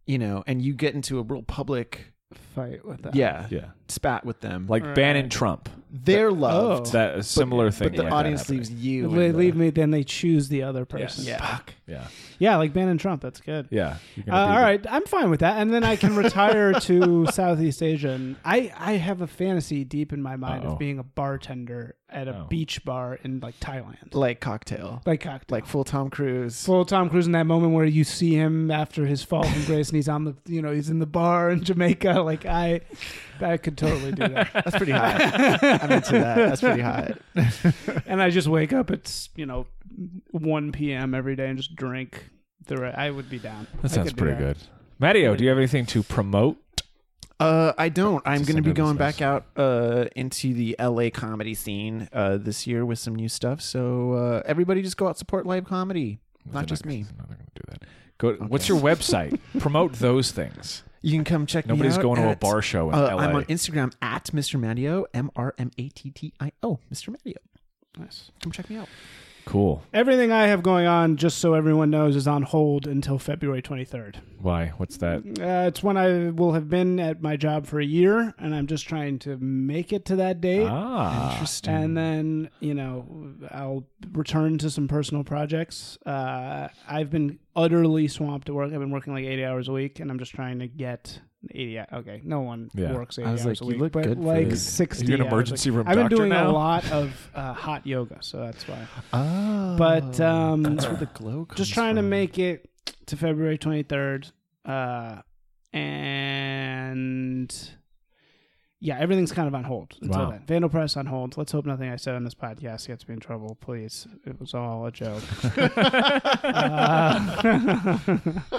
S2: you know, and you get into a real public
S1: fight with that.
S2: yeah,
S3: yeah,
S2: spat with them.
S3: like
S1: Right.
S3: Bannon Trump.
S2: they're loved,
S1: Oh.
S3: That a similar thing.
S2: but the
S3: like that
S2: audience
S3: happening.
S2: leaves you.
S1: They
S2: and the-
S1: leave me, then they choose the other person.
S2: Yeah. Fuck.
S3: Yeah,
S1: Yeah, like Bannon Trump. That's good.
S3: yeah. You're
S1: Uh,
S3: gonna be
S1: all
S3: the-
S1: right, I'm fine with that, and then I can retire to Southeast Asia. And I, I have a fantasy deep in my mind
S3: Uh-oh.
S1: of being a bartender at a
S3: Oh.
S1: beach bar in like Thailand,
S2: Like cocktail.
S1: like cocktail.
S2: Like full Tom Cruise.
S1: full Tom Cruise in that moment where you see him after his fall from grace, and he's on the, you know, he's in the bar in Jamaica. Like I, I could totally do that.
S2: That's pretty hot. I'm into that. That's pretty hot.
S1: and I just wake up, it's you know, 1 p.m. every day, and just drink. The re- I would be down.
S3: That
S1: I
S3: sounds
S1: could do
S3: pretty
S1: that.
S3: good. Matteo, do you have anything to promote?
S2: Uh, I don't. I'm
S3: Just
S2: going to be going
S3: under business.
S2: back out uh, into the LA comedy scene uh, this year with some new stuff. So uh, everybody just go out support live comedy. Not just me.
S3: No, they're going to do that. Go. What's your website? promote those things.
S2: You can come check
S3: Nobody's
S2: me out.
S3: going to a
S2: at-
S3: bar show in
S2: Uh,
S3: LA.
S2: I'm on Instagram at Mr. Matteo, M R M A T T I O, Mr. Matteo.
S1: Nice.
S2: Come check me out.
S3: cool.
S1: Everything I have going on, just so everyone knows, is on hold until February 23rd.
S3: Why? What's that?
S1: Uh, it's when I will have been at my job for a year, and I'm just trying to make it to that date.
S3: Ah,
S2: Interesting.
S1: And then, you know, I'll return to some personal projects. Uh, I've been utterly swamped at work. I've been working like 80 hours a week, and I'm just trying to get 80. hou- Okay, no one
S3: Yeah.
S1: works 80
S2: I was
S1: hours
S2: like,
S1: a week,
S2: you look
S1: but
S2: good for
S1: like
S2: this.
S1: 60.
S3: You're an
S1: hours a
S3: emergency
S1: week.
S3: room
S1: I've been
S3: doctor
S1: doing
S3: now?
S1: a lot of uh, hot yoga, so that's why.
S3: Ah.
S2: Oh,
S1: But, um,
S2: that's where the glow comes
S1: just trying to
S2: from.
S1: make it to February 23rd. Uh, and yeah, everything's kind of on hold until
S3: Wow.
S1: then. Vandal Press on hold. Let's hope nothing I said on this podcast gets me in trouble, please. It was all a joke. Uh,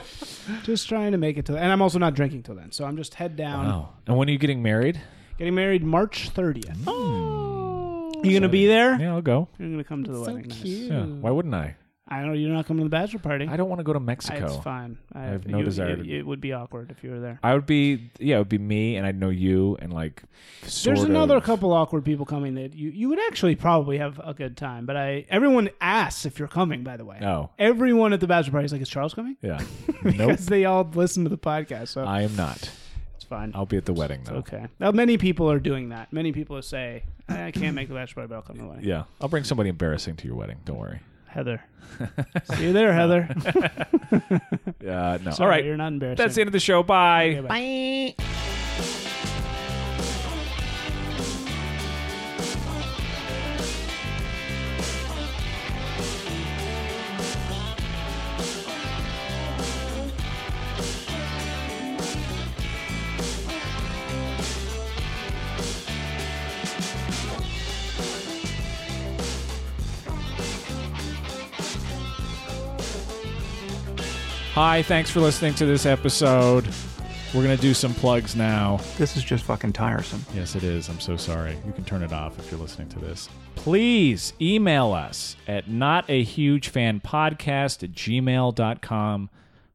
S1: just trying to make it till, and I'm also not drinking till then. So I'm just head down.
S3: wow. And when are you getting married? Hmm.
S1: Getting married March 30th. you gonna be there?
S3: Yeah, I'll go.
S1: You're gonna come to the wedding. Nice.
S3: Yeah. Why wouldn't I?
S1: I know you're not coming to the bachelor party.
S3: I don't want to go to Mexico.
S1: It's fine. I,
S3: have no desire
S1: It,
S3: to-
S1: it would be awkward if you were there.
S3: I would be. Yeah, it would be me, and I'd know you, and like. Sort
S1: There's another
S3: of-
S1: couple awkward people coming that you, you would actually probably have a good time. But I everyone asks if you're coming. By the way,
S3: Oh.
S1: everyone at the bachelor party is like, "Is Charles coming?"
S3: Yeah. nope.
S1: because they all listen to the podcast, so
S3: I am not.
S1: it's fine.
S3: I'll be at the wedding though.
S1: okay. Now, many people are doing that. Many people say, "I can't make the bachelor party, but I'll come to the wedding."
S3: Yeah, I'll bring somebody embarrassing to your wedding. Don't worry.
S1: Heather, see you there, Heather.
S3: Uh, no.
S1: Sorry,
S3: All right.
S1: you're not embarrassing.
S3: That's the end of the show. Bye.
S1: Okay, bye.
S3: Hi, thanks for listening to this episode. We're going to do some plugs now.
S7: This is just fucking tiresome.
S3: Yes, it is. I'm so sorry. You can turn it off if you're listening to this. Please email us at notahugefanpodcast at gmail.com.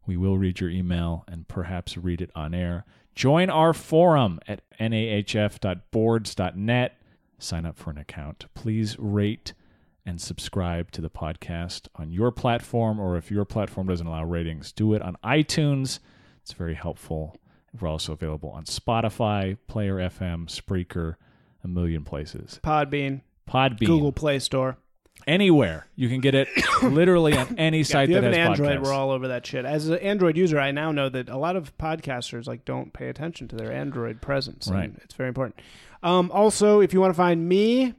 S3: We will read your email and perhaps read it on air. Join our forum at nahf.boards.net. Sign up for an account. Please rate and subscribe to the podcast on your platform, or if your platform doesn't allow ratings, do it on iTunes. It's very helpful We're also available on Spotify, Player FM, Spreaker, a million places.
S1: Podbean,
S3: Podbean,
S1: Google Play Store.
S3: anywhere you can get it. literally on any
S1: If
S3: site
S1: you have
S3: that
S1: an
S3: has
S1: Android,
S3: podcasts.
S1: we're all over that shit. As an Android user, I now know that a lot of podcasters like don't pay attention to their Android presence. and
S3: Right.
S1: it's very important. Um, also, if you want to find me,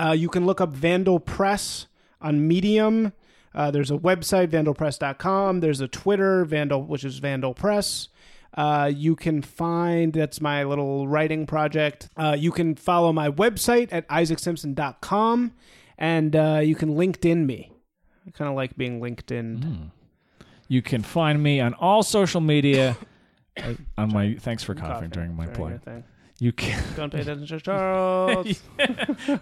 S1: uh, you can look up Vandal Press on Medium. Uh, there's a website, vandalpress.com. There's a Twitter, Vandal, which is Vandal Press. Uh, you can find that's my little writing project. Uh, you can follow my website at isaacsimpson.com, and uh, you can LinkedIn me. I kind of like being LinkedIn.
S3: You can find me on all social media. uh, on my thanks for coughing
S1: Coughing
S3: during my plug.
S1: your thing.
S3: You can
S1: Don't pay attention to Charles.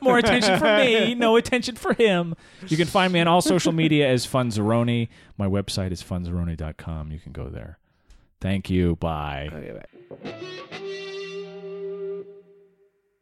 S3: more attention for me, no attention for him. You can find me on all social media as Funzaroni. My website is funzaroni.com. You can go there. Thank you. Bye.
S1: Okay, bye.